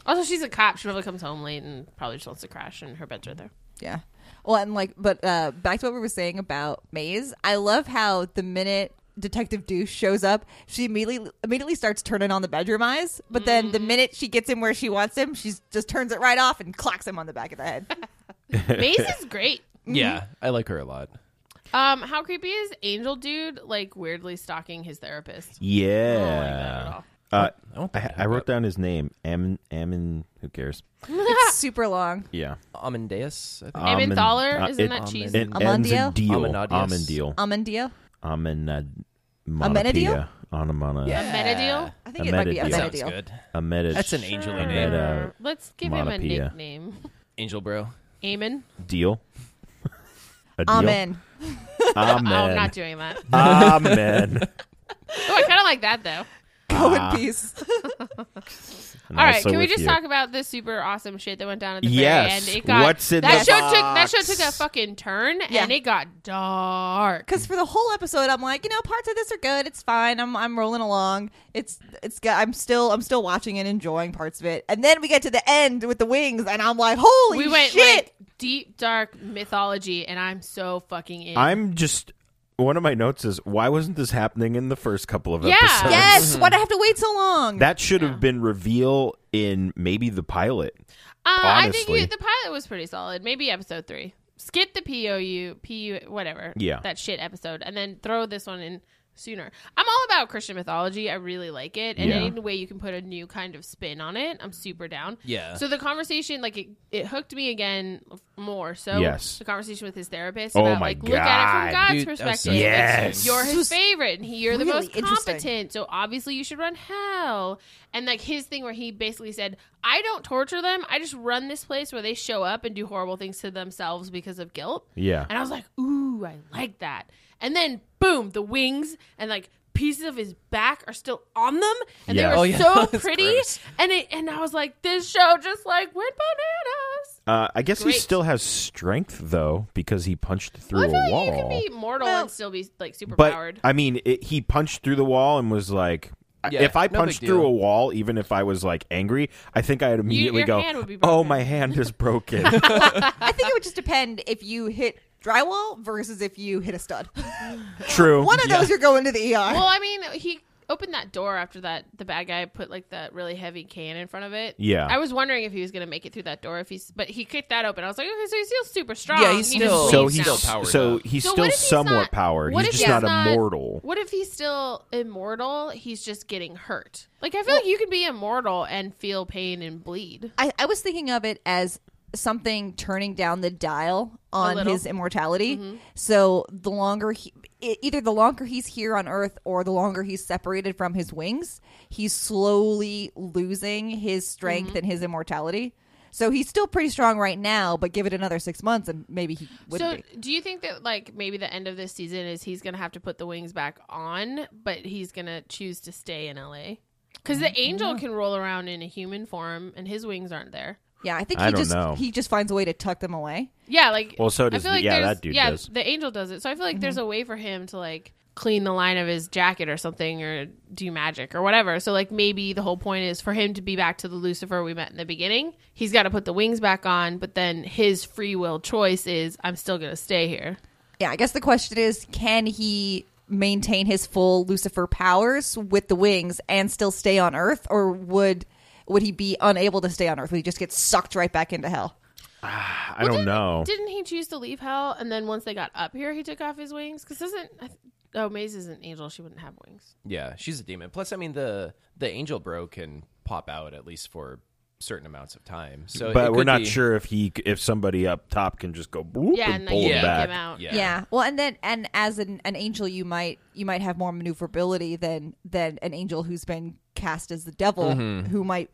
Speaker 3: Also, she's a cop. She probably comes home late and probably just wants to crash in her bed's right there.
Speaker 5: Yeah. Well, and like, but uh, back to what we were saying about Maze. I love how the minute Detective Douche shows up, she immediately immediately starts turning on the bedroom eyes. But then the minute she gets him where she wants him, she just turns it right off and clocks him on the back of the head.
Speaker 3: Maze is great.
Speaker 2: Yeah, I like her a lot.
Speaker 3: Um, how creepy is Angel Dude like weirdly stalking his therapist? I don't like that at
Speaker 4: yeah.
Speaker 3: all.
Speaker 4: Uh,
Speaker 2: I don't
Speaker 4: I,
Speaker 2: think
Speaker 4: I wrote down his name. Ammon. Ammon. Who cares?
Speaker 5: it's super long.
Speaker 4: Yeah.
Speaker 2: Amadeus. I think.
Speaker 3: Ammon
Speaker 4: Ammon-
Speaker 3: Thaler?
Speaker 4: uh,
Speaker 3: Isn't
Speaker 4: it-
Speaker 3: that cheese?
Speaker 4: It ends
Speaker 5: Amandio?
Speaker 4: in deal.
Speaker 2: Amanadius.
Speaker 4: Amandiel.
Speaker 5: Amandia.
Speaker 4: Amanad-
Speaker 5: Amenadiel?
Speaker 4: Onomana.
Speaker 2: Yeah.
Speaker 3: Meta deal?
Speaker 5: I think it might be
Speaker 4: Amenideal.
Speaker 2: Sounds
Speaker 5: Amenideal.
Speaker 2: good.
Speaker 4: Amedid-
Speaker 2: That's an angel
Speaker 3: Sure.
Speaker 2: name.
Speaker 4: Meta-
Speaker 3: Let's give him a
Speaker 4: Monopeia.
Speaker 3: nickname.
Speaker 2: Angel bro.
Speaker 3: Amen.
Speaker 4: deal. A deal?
Speaker 5: Amen.
Speaker 4: Amen.
Speaker 3: Oh, I'm not doing that.
Speaker 4: Amen.
Speaker 3: Oh, I kind of like that though.
Speaker 5: Go
Speaker 2: Ah.
Speaker 5: in peace.
Speaker 4: And
Speaker 3: All right,
Speaker 4: also
Speaker 3: can we
Speaker 4: with
Speaker 3: just
Speaker 4: you.
Speaker 3: talk about this super awesome shit that went down at the
Speaker 4: Yes.
Speaker 3: very end? It got
Speaker 4: What's in
Speaker 3: that
Speaker 4: the
Speaker 3: show took that show
Speaker 4: box?
Speaker 3: took a fucking turn
Speaker 5: Yeah.
Speaker 3: and it got dark.
Speaker 5: Because for the whole episode, I'm like, you know, parts of this are good. It's fine. I'm I'm rolling along. It's it's good. I'm still I'm still watching and enjoying parts of it. And then we get to the end with the wings, and I'm like, holy
Speaker 3: we went
Speaker 5: shit!
Speaker 3: like deep dark mythology and i'm so fucking in
Speaker 4: I'm just. One of my notes is why wasn't this happening in the first couple of
Speaker 3: Yeah.
Speaker 4: episodes?
Speaker 5: yes, why'd I have to wait so long?
Speaker 4: That should have been reveal in maybe the pilot.
Speaker 3: uh, i think
Speaker 4: honestly.
Speaker 3: you, the pilot was pretty solid maybe episode three skip the pou pu whatever
Speaker 4: Yeah.
Speaker 3: that shit episode and then throw this one in sooner i'm all about christian mythology i really like it and
Speaker 4: Yeah.
Speaker 3: any way you can put a new kind of spin on it i'm super down
Speaker 2: Yeah.
Speaker 3: so the conversation like it, it hooked me again more so
Speaker 4: Yes.
Speaker 3: the conversation with his therapist
Speaker 4: Oh
Speaker 3: about
Speaker 4: my
Speaker 3: like look at it from
Speaker 4: God.
Speaker 3: god's
Speaker 2: Dude, that was so
Speaker 3: perspective Like,
Speaker 4: Yes.
Speaker 3: you're
Speaker 5: This
Speaker 3: his
Speaker 5: was
Speaker 3: favorite and he, you're the
Speaker 5: really
Speaker 3: most
Speaker 5: interesting.
Speaker 3: competent so obviously you should run hell and like his thing where he basically said i don't torture them i just run this place where they show up and do horrible things to themselves because of guilt
Speaker 4: Yeah.
Speaker 3: and i was like ooh i like that and then boom the wings and like pieces of his back are still on them and
Speaker 4: Yeah.
Speaker 3: they were
Speaker 2: Oh, yeah.
Speaker 3: so
Speaker 2: That's
Speaker 3: pretty
Speaker 2: gross.
Speaker 3: and it and i was like this show just like went bananas
Speaker 4: Uh, I guess he
Speaker 3: Great.
Speaker 4: still has strength though because he punched
Speaker 3: well,
Speaker 4: through
Speaker 3: i feel
Speaker 4: a
Speaker 3: like
Speaker 4: wall.
Speaker 3: you can be mortal
Speaker 5: Well,
Speaker 3: and still be like super
Speaker 4: but
Speaker 3: powered
Speaker 4: I mean, it, he punched through the wall and was like, I-
Speaker 2: Yeah,
Speaker 4: if I
Speaker 2: no big
Speaker 4: punched through
Speaker 2: deal.
Speaker 4: a wall, even if I was like angry, I think I'd immediately
Speaker 3: your
Speaker 4: go,
Speaker 3: hand would be
Speaker 4: "Oh,
Speaker 3: broken."
Speaker 4: my hand is broken."
Speaker 5: I think it would just depend if you hit drywall versus if you hit a stud.
Speaker 4: True.
Speaker 5: One of
Speaker 2: Yeah.
Speaker 5: those you're going to the ER.
Speaker 3: Well, I mean, he opened that door after that. The bad guy put like that really heavy can in front of it.
Speaker 4: Yeah.
Speaker 3: I was wondering if he was gonna make it through that door. If he's, but he kicked that open. I was like, okay, so he's still super strong.
Speaker 2: Yeah, he's
Speaker 3: He just
Speaker 2: still-
Speaker 4: so
Speaker 3: leaves
Speaker 4: he's
Speaker 3: now.
Speaker 2: still powered
Speaker 4: so
Speaker 2: up.
Speaker 4: he's
Speaker 3: So
Speaker 4: still
Speaker 3: what if he's
Speaker 4: somewhat
Speaker 3: not-
Speaker 4: powered.
Speaker 3: what
Speaker 4: He's
Speaker 3: if
Speaker 4: just
Speaker 3: he's
Speaker 4: not
Speaker 3: not-
Speaker 4: immortal.
Speaker 3: What if he's still immortal? He's just getting hurt. Like I feel like you can be immortal and feel pain and bleed.
Speaker 5: I, I was thinking of it as something turning down the dial on
Speaker 3: little. Mm-hmm.
Speaker 5: his immortality. So the longer he, e- either the longer he's here on Earth or the longer he's separated from his wings, he's slowly losing his strength
Speaker 3: Mm-hmm.
Speaker 5: and his immortality. So he's still pretty strong right now, but give it another six months and maybe he would
Speaker 3: so,
Speaker 5: be.
Speaker 3: do you think that like maybe the end of this season is he's gonna have to put the wings back on, but he's gonna choose to stay in LA because
Speaker 5: Mm,
Speaker 3: the angel can roll around in a human form and his wings aren't there.
Speaker 5: Yeah, I think
Speaker 4: I
Speaker 5: he
Speaker 4: don't
Speaker 5: just
Speaker 4: know.
Speaker 5: he just finds a way to tuck them away.
Speaker 3: Yeah, like
Speaker 4: Well, so
Speaker 3: I
Speaker 4: does
Speaker 3: feel
Speaker 4: the-
Speaker 3: like
Speaker 4: yeah,
Speaker 3: there's-
Speaker 4: that dude
Speaker 3: yeah,
Speaker 4: does.
Speaker 5: Mm-hmm.
Speaker 3: The angel does it, so I feel like there's a way for him to like clean the line of his jacket or something or do magic or whatever. So like maybe the whole point is for him to be back to the Lucifer we met in the beginning. He's got to put the wings back on, but then his free will choice is I'm still going to stay here.
Speaker 5: Yeah, I guess the question is can he maintain his full Lucifer powers with the wings and still stay on Earth or would would he be unable to stay on Earth? Would he just get sucked right back into hell?
Speaker 4: I don't know.
Speaker 3: Didn't he choose to leave hell and then once they got up here he took off his wings? Cuz isn't I th- Oh, Maze is an angel. She wouldn't have wings.
Speaker 2: Yeah, she's a demon. Plus, I mean the the angel bro can pop out at least for certain amounts of time. So, it
Speaker 4: but we're
Speaker 2: could
Speaker 4: not
Speaker 2: be-
Speaker 4: sure if he if somebody up top can just go boop
Speaker 3: Yeah,
Speaker 4: and
Speaker 3: and
Speaker 4: pull
Speaker 3: then you
Speaker 2: yeah.
Speaker 4: him back.
Speaker 3: him out.
Speaker 2: Yeah.
Speaker 5: Yeah. Well, and then and as an, an angel, you might you might have more maneuverability than than an angel who's been cast as the devil, who might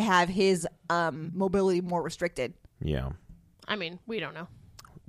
Speaker 5: have his um mobility more restricted.
Speaker 4: Yeah,
Speaker 3: I mean, we don't know.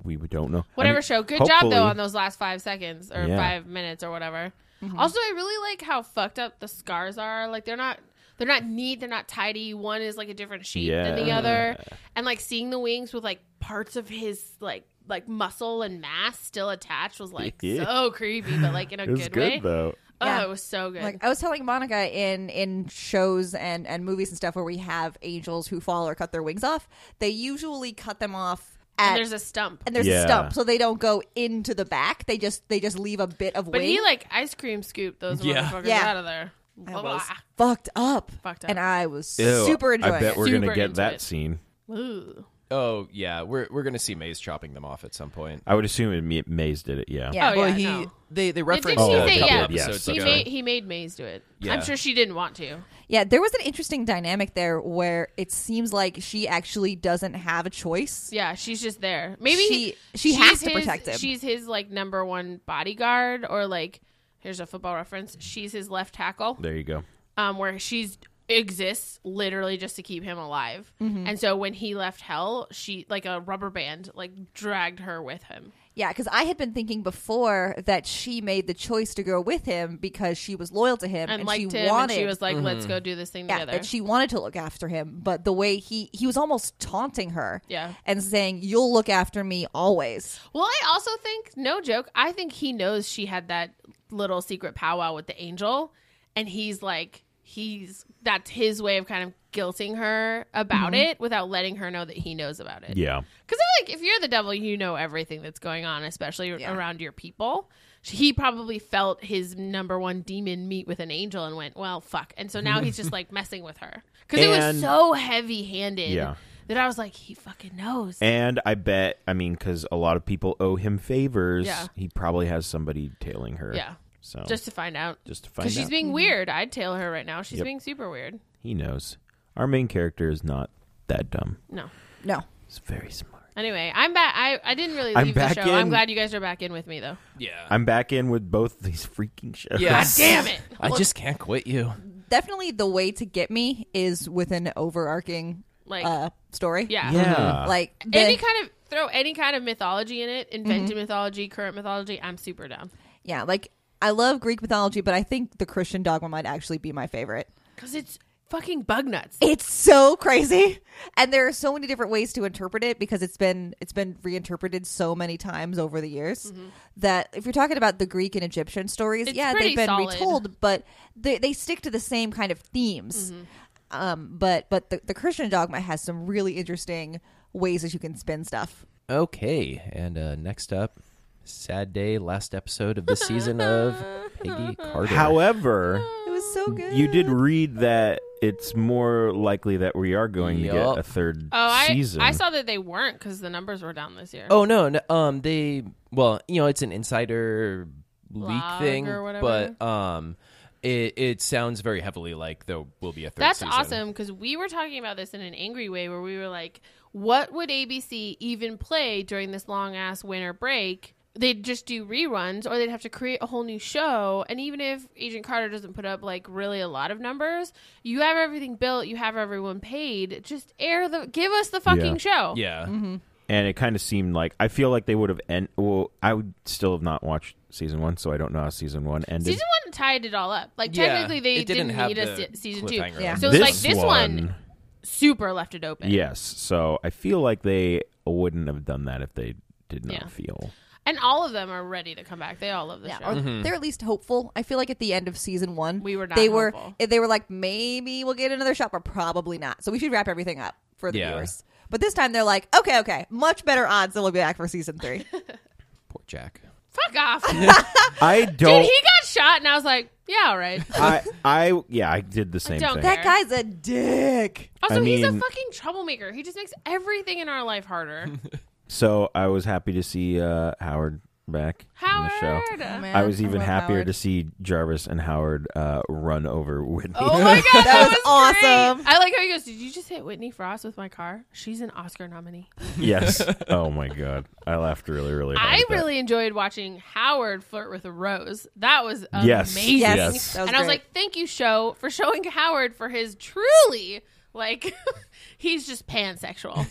Speaker 4: we we don't know. I
Speaker 3: Whatever
Speaker 4: mean,
Speaker 3: show. Good job
Speaker 4: hopefully-
Speaker 3: though on those last five seconds or
Speaker 4: Yeah.
Speaker 3: five minutes or whatever.
Speaker 5: Mm-hmm.
Speaker 3: Also, I really like how fucked up the scars are. Like they're not they're not neat, they're not tidy. One is like a different shape than the
Speaker 4: Yeah.
Speaker 3: other. And like seeing the wings with like parts of his like like muscle and mass still attached was like
Speaker 4: Yeah.
Speaker 3: so creepy, but like in a
Speaker 4: It was
Speaker 3: good,
Speaker 4: good,
Speaker 3: way.
Speaker 4: though.
Speaker 3: Oh,
Speaker 5: Yeah.
Speaker 3: it was so good.
Speaker 5: Like I was telling Monica in in shows and and movies and stuff where we have angels who fall or cut their wings off, they usually cut them off at
Speaker 3: and there's a stump.
Speaker 5: and there's
Speaker 4: Yeah.
Speaker 5: a stump, so they don't go into the back. They just they just leave a bit of
Speaker 3: But
Speaker 5: wing.
Speaker 3: he like ice cream scooped those
Speaker 2: Yeah.
Speaker 3: motherfuckers
Speaker 5: Yeah.
Speaker 3: out of there.
Speaker 5: I
Speaker 3: Blah,
Speaker 5: was
Speaker 3: blah.
Speaker 5: fucked up,
Speaker 3: Fucked up.
Speaker 5: and I was
Speaker 4: Ew,
Speaker 5: super enjoying
Speaker 4: I bet
Speaker 5: it.
Speaker 4: we're
Speaker 3: Super
Speaker 4: gonna get
Speaker 3: into
Speaker 4: that
Speaker 3: it.
Speaker 4: scene.
Speaker 3: Ooh.
Speaker 2: Oh yeah, we're we're gonna see Maze chopping them off at some point.
Speaker 4: I would assume it, Ma- Maze did it. Yeah.
Speaker 5: Yeah.
Speaker 3: Oh,
Speaker 2: well,
Speaker 3: yeah,
Speaker 2: he
Speaker 3: no.
Speaker 2: they they
Speaker 3: Did she
Speaker 2: referenced it a
Speaker 3: say
Speaker 2: couple
Speaker 3: yeah?
Speaker 4: yes.
Speaker 2: episodes
Speaker 3: He
Speaker 2: ago.
Speaker 3: made he made Maze do it.
Speaker 2: Yeah.
Speaker 3: I'm sure she didn't want to.
Speaker 5: Yeah, there was an interesting dynamic there where it seems like she actually doesn't have a choice.
Speaker 3: Yeah, she's just there. Maybe
Speaker 5: She-
Speaker 3: he-
Speaker 5: she
Speaker 3: she's
Speaker 5: has to
Speaker 3: his-
Speaker 5: protect him.
Speaker 3: She's his like number one bodyguard, or like here's a football reference. She's his left tackle,
Speaker 4: There you go.
Speaker 3: um, where she's exists literally just to keep him alive.
Speaker 5: Mm-hmm.
Speaker 3: And so when he left hell, she like a rubber band like dragged her with him.
Speaker 5: Yeah, because I had been thinking before that she made the choice to go with him because she was loyal to him
Speaker 3: And,
Speaker 5: and,
Speaker 3: liked
Speaker 5: she
Speaker 3: him,
Speaker 5: wanted
Speaker 3: and she was like,
Speaker 2: Mm-hmm.
Speaker 3: "Let's go do this thing
Speaker 5: yeah,
Speaker 3: together."
Speaker 5: that she wanted to look after him, but the way he he was almost taunting her,
Speaker 3: Yeah.
Speaker 5: and saying, "You'll look after me always."
Speaker 3: Well, I also think, no joke, I think he knows she had that little secret powwow with the angel, and he's like, he's that's his way of kind of guilting her about it without letting her know that he knows about it.
Speaker 4: Mm-hmm. Yeah.
Speaker 3: Because I feel like if you're the devil, you know everything that's going on, especially around your people. He probably felt his number one demon meet with an angel and went, well, fuck. And so now he's just like messing with her. Because it
Speaker 4: And-
Speaker 3: was so heavy handed
Speaker 4: Yeah.
Speaker 3: that I was like, he fucking knows.
Speaker 4: And I bet, I mean, because a lot of people owe him favors.
Speaker 3: Yeah.
Speaker 4: He probably has somebody tailing her.
Speaker 3: Yeah.
Speaker 4: So
Speaker 3: just to find out.
Speaker 4: just to find
Speaker 3: Because
Speaker 4: out,
Speaker 3: she's being
Speaker 5: Mm-hmm.
Speaker 3: weird. I'd tail her right now. She's
Speaker 4: Yep.
Speaker 3: being super weird.
Speaker 4: he knows. Our main character is not that dumb.
Speaker 3: No.
Speaker 5: No,
Speaker 4: He's very smart.
Speaker 3: Anyway, I'm back. I, I didn't really
Speaker 4: I'm
Speaker 3: leave the
Speaker 4: back
Speaker 3: show.
Speaker 4: in.
Speaker 3: I'm glad you guys are back in with me, though.
Speaker 2: yeah,
Speaker 4: I'm back in with both these freaking shows.
Speaker 2: yeah.
Speaker 3: Damn it.
Speaker 2: I just can't quit you.
Speaker 5: definitely the way to get me is with an overarching
Speaker 3: Like,
Speaker 5: uh, story.
Speaker 3: yeah.
Speaker 4: Yeah.
Speaker 5: like the-
Speaker 3: Any kind of throw any kind of mythology in it, invented
Speaker 5: Mm-hmm.
Speaker 3: mythology, current mythology. I'm super down
Speaker 5: yeah, like I love Greek mythology, but I think the Christian dogma might actually be my favorite.
Speaker 3: because it's fucking bug nuts.
Speaker 5: It's so crazy, and there are so many different ways to interpret it because it's been it's been reinterpreted so many times over the years that if you're talking about the Greek and Egyptian stories,
Speaker 3: Mm-hmm. It's
Speaker 5: yeah,
Speaker 3: pretty
Speaker 5: they've been
Speaker 3: solid.
Speaker 5: retold, but they they stick to the same kind of themes.
Speaker 3: Mm-hmm.
Speaker 5: Um, but but the, the Christian dogma has some really interesting ways that you can spin stuff.
Speaker 2: Okay, and uh, next up, sad day, last episode of this season of Peggy Carter.
Speaker 4: However,
Speaker 5: It was so
Speaker 3: Oh,
Speaker 5: good.
Speaker 4: you did read that it's more likely that we are going to
Speaker 2: Yup.
Speaker 4: get a third
Speaker 3: Oh, I,
Speaker 4: season.
Speaker 3: I saw that they weren't because the numbers were down this year.
Speaker 2: Oh no, no, um, they well, you know, it's an insider leak
Speaker 3: Blog
Speaker 2: thing,
Speaker 3: or whatever.
Speaker 2: but um, it it sounds very heavily like there will be a third.
Speaker 3: That's
Speaker 2: season.
Speaker 3: awesome because we were talking about this in an angry way where we were like, what would ABC even play during this long ass winter break? They'd just do reruns or they'd have to create a whole new show. And even if Agent Carter doesn't put up like really a lot of numbers, you have everything built, you have everyone paid. Just air the, give us the fucking show.
Speaker 2: Yeah,
Speaker 3: Mm-hmm.
Speaker 4: and it kind of seemed like I feel like they would have end. Well, I would still have not watched season one, so I don't know how season one ended.
Speaker 3: Season one tied it all up. Like
Speaker 2: Yeah,
Speaker 3: technically, they
Speaker 2: it
Speaker 3: didn't,
Speaker 2: didn't have
Speaker 3: need a
Speaker 2: the
Speaker 3: se- season two.
Speaker 2: cliffhanger Yeah. on
Speaker 3: So it's like
Speaker 4: This
Speaker 3: this one,
Speaker 4: one-
Speaker 3: super left it open.
Speaker 4: Yes. So I feel like they wouldn't have done that if they did not
Speaker 3: Yeah.
Speaker 4: feel.
Speaker 3: And all of them are ready to come back. They all love the
Speaker 5: Yeah,
Speaker 3: show.
Speaker 5: or
Speaker 4: Mm-hmm.
Speaker 5: they're at least hopeful. I feel like at the end of season one,
Speaker 3: We were not
Speaker 5: they were
Speaker 3: hopeful.
Speaker 5: they were like maybe we'll get another shot, but probably not. So we should wrap everything up for the
Speaker 2: Yeah.
Speaker 5: viewers. But this time they're like, okay, okay, much better odds that we'll be back for season three.
Speaker 2: Poor Jack.
Speaker 3: Fuck off.
Speaker 4: I
Speaker 3: Dude,
Speaker 4: don't.
Speaker 3: he got shot, and I was like, yeah, all right.
Speaker 4: I, I yeah, I did the same
Speaker 3: don't
Speaker 4: thing.
Speaker 3: care.
Speaker 5: that guy's a dick.
Speaker 3: Also, he's a
Speaker 4: mean-
Speaker 3: fucking troublemaker. He just makes everything in our life harder.
Speaker 4: So I was happy to see uh, Howard back on the show.
Speaker 3: Howard.
Speaker 5: Man,
Speaker 4: I was
Speaker 5: I
Speaker 4: even
Speaker 5: love
Speaker 4: happier
Speaker 5: Howard.
Speaker 4: to see Jarvis and Howard uh, run over Whitney.
Speaker 3: Oh my god, that,
Speaker 5: That was
Speaker 3: was,
Speaker 5: awesome.
Speaker 3: Great. I like how he goes. Did you just hit Whitney Frost with my car? She's an Oscar nominee.
Speaker 4: yes. Oh my god, I laughed really, really. Hard
Speaker 3: I
Speaker 4: at that.
Speaker 3: really enjoyed watching Howard flirt with Rose. That was amazing.
Speaker 4: Yes,
Speaker 5: Yes,
Speaker 4: Yes.
Speaker 5: That was
Speaker 3: and I was
Speaker 5: great.
Speaker 3: like, thank you, show, for showing Howard for his truly like he's just pansexual.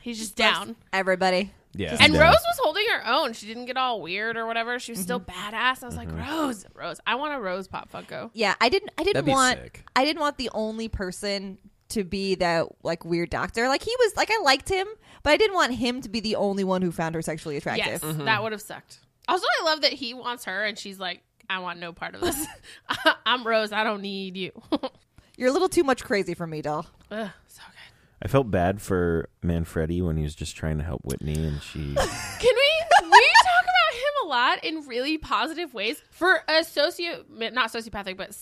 Speaker 3: he's just down.
Speaker 5: everybody.
Speaker 2: Yeah.
Speaker 3: And
Speaker 4: Yeah.
Speaker 3: Rose was holding her own. She didn't get all weird or whatever. She was still badass. I was like, Rose, Rose, I want a Rose pop Funko.
Speaker 5: Yeah, I didn't. I didn't
Speaker 2: That'd be
Speaker 5: want.
Speaker 2: sick.
Speaker 5: I didn't want the only person to be that like weird doctor. Like he was. Like I liked him, but I didn't want him to be the only one who found her sexually attractive.
Speaker 3: Yes, that would have sucked. Also, I love that he wants her, and she's like, "I want no part of this. I'm Rose. I don't need you."
Speaker 5: You're a little too much crazy for me, doll.
Speaker 3: Ugh, so good.
Speaker 4: I felt bad for Manfredi when he was just trying to help Whitney, and she.
Speaker 3: Can we we talk about him a lot in really positive ways for a socio not sociopathic but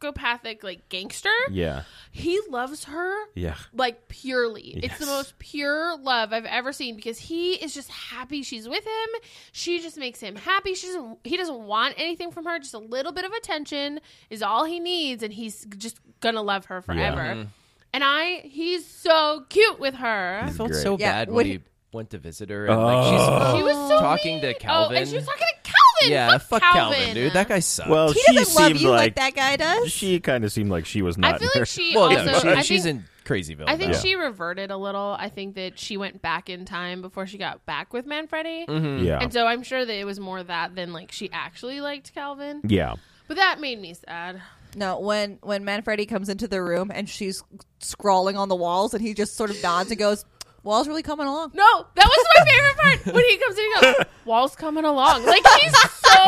Speaker 3: psychopathic like gangster?
Speaker 4: yeah.
Speaker 3: He loves her
Speaker 4: Yeah.
Speaker 3: like purely. It's the
Speaker 4: Yes.
Speaker 3: most pure love I've ever seen because he is just happy she's with him. She just makes him happy. She doesn't he doesn't want anything from her. Just a little bit of attention is all he needs and he's just gonna love her forever. And I he's so cute with her.
Speaker 2: I felt
Speaker 4: Great.
Speaker 2: so
Speaker 5: Yeah,
Speaker 2: bad
Speaker 5: when
Speaker 2: when
Speaker 5: he-
Speaker 2: we went to visit her. And, like, she's
Speaker 3: She was so
Speaker 2: talking
Speaker 3: mean.
Speaker 2: to
Speaker 3: Oh,
Speaker 2: Calvin.
Speaker 3: and she was talking to Calvin.
Speaker 2: yeah,
Speaker 3: fuck,
Speaker 2: Calvin. dude. That guy sucks.
Speaker 4: Well,
Speaker 5: He
Speaker 4: she
Speaker 5: doesn't love
Speaker 4: seemed
Speaker 5: you like,
Speaker 4: like,
Speaker 5: that guy does.
Speaker 4: She kind of seemed like she was not.
Speaker 3: I feel
Speaker 4: her-
Speaker 3: like she
Speaker 2: well,
Speaker 3: also
Speaker 2: no, she-
Speaker 3: I think,
Speaker 2: she's in Crazyville.
Speaker 3: I think
Speaker 2: now.
Speaker 3: she reverted a little. I think that she went back in time before she got back with Manfredi.
Speaker 2: Mm-hmm.
Speaker 4: Yeah.
Speaker 3: And so I'm sure that it was more that than like she actually liked Calvin.
Speaker 4: yeah.
Speaker 3: But that made me sad.
Speaker 5: No, when when Manfredi comes into the room and she's scrawling on the walls, and he just sort of nods and goes, "Walls really coming along."
Speaker 3: No, that was my favorite part when he comes in and goes, Wall's coming along. Like he's so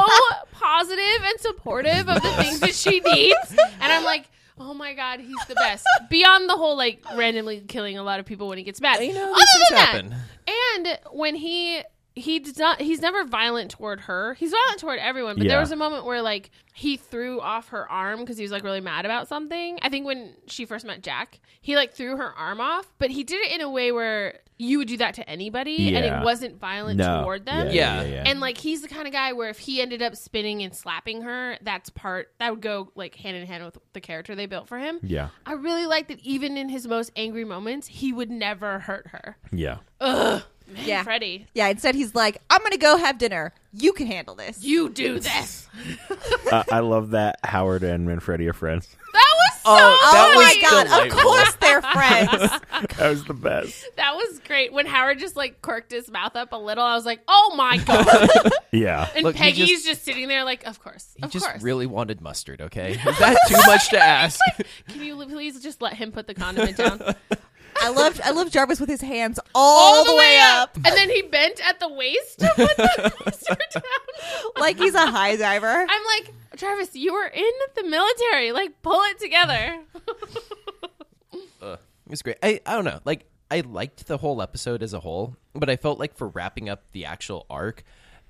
Speaker 3: positive and supportive of the things that she needs. And I'm like, Oh my god, he's the best. Beyond the whole like randomly killing a lot of people when he gets mad.
Speaker 2: You know,
Speaker 3: Other
Speaker 2: these things
Speaker 3: than that,
Speaker 2: happen.
Speaker 3: And when he he does not he's never violent toward her. He's violent toward everyone, but
Speaker 4: Yeah.
Speaker 3: there was a moment where like he threw off her arm because he was like really mad about something. I think when she first met Jack, he like threw her arm off, but he did it in a way where you would do that to anybody and
Speaker 4: Yeah.
Speaker 3: it wasn't violent
Speaker 4: No.
Speaker 3: toward them.
Speaker 4: Yeah.
Speaker 2: Yeah.
Speaker 4: yeah, yeah.
Speaker 3: And like he's the kind of guy where if he ended up spinning and slapping her, that's part that would go like hand in hand with the character they built for him.
Speaker 4: yeah.
Speaker 3: I really like that even in his most angry moments, he would never hurt her.
Speaker 4: Yeah.
Speaker 5: Yeah.
Speaker 3: Freddie,
Speaker 5: Yeah. Instead, he's like, "I'm gonna go have dinner. You can handle this."
Speaker 3: you do this.
Speaker 4: Uh, I love that Howard and Manfredi are friends.
Speaker 3: That was so
Speaker 5: oh my
Speaker 3: great.
Speaker 5: god! Of
Speaker 2: delightful.
Speaker 5: course they're friends.
Speaker 4: that was the best.
Speaker 3: That was great. When Howard just like quirked his mouth up a little, I was like, oh my god.
Speaker 4: Yeah.
Speaker 3: And
Speaker 2: Look, he
Speaker 3: Peggy's just,
Speaker 2: just-
Speaker 3: sitting there like, of course.
Speaker 2: He
Speaker 3: of
Speaker 2: just
Speaker 3: course.
Speaker 2: really wanted mustard, okay? Is that too much to ask?
Speaker 3: Can you please just let him put the condiment down?
Speaker 5: I loved I loved Jarvis with his hands all, the, way, up.
Speaker 3: And then he bent at the waist to put the coaster down.
Speaker 5: like he's a high diver.
Speaker 3: I'm like, Travis, you were in the military. Like, pull it together.
Speaker 2: Ugh. It was great. I, I don't know. Like, I liked the whole episode as a whole, but I felt like for wrapping up the actual arc,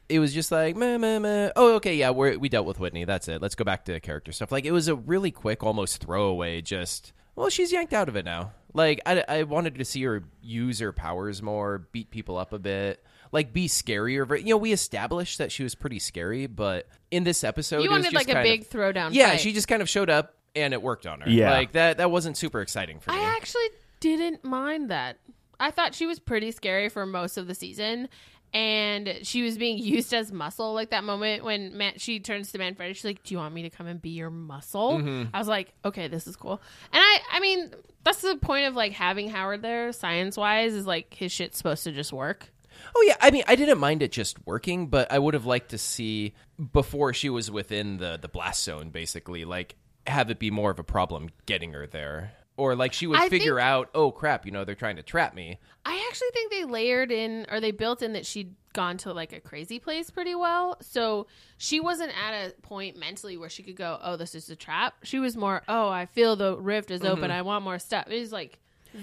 Speaker 2: it was just like, meh, meh, meh. Oh, okay, yeah, we're, we dealt with Whitney. That's it. Let's go back to character stuff. Like, it was a really quick, almost throwaway, just, well, she's yanked out of it now. Like, I, I wanted to see her use her powers more, beat people up a bit. Like be scarier, ver- you know. We established that she was pretty scary, but in this episode,
Speaker 3: you
Speaker 2: it was
Speaker 3: wanted
Speaker 2: just
Speaker 3: like a
Speaker 2: kind of-
Speaker 3: big throwdown.
Speaker 2: yeah,
Speaker 3: fight.
Speaker 2: she just kind of showed up and it worked on her.
Speaker 4: Yeah.
Speaker 2: like that. That wasn't super exciting for me.
Speaker 3: I actually didn't mind that. I thought she was pretty scary for most of the season, and she was being used as muscle. Like that moment when Man- she turns to Manfred, she's like, "Do you want me to come and be your muscle?"
Speaker 2: Mm-hmm.
Speaker 3: I was like, "Okay, this is cool." And I, I mean, that's the point of like having Howard there, science wise, is like his shit's supposed to just work.
Speaker 2: oh yeah, I mean, I didn't mind it just working, but I would have liked to see before she was within the the blast zone, basically, like have it be more of a problem getting her there. or like she would
Speaker 3: I
Speaker 2: figure
Speaker 3: think-
Speaker 2: out, oh crap, you know they're trying to trap me.
Speaker 3: I actually think they layered in or they built in that she'd gone to like a crazy place pretty well. So she wasn't at a point mentally where she could go, "Oh, this is a trap." She was more, "Oh, I feel the rift is open. I want more stuff." It was like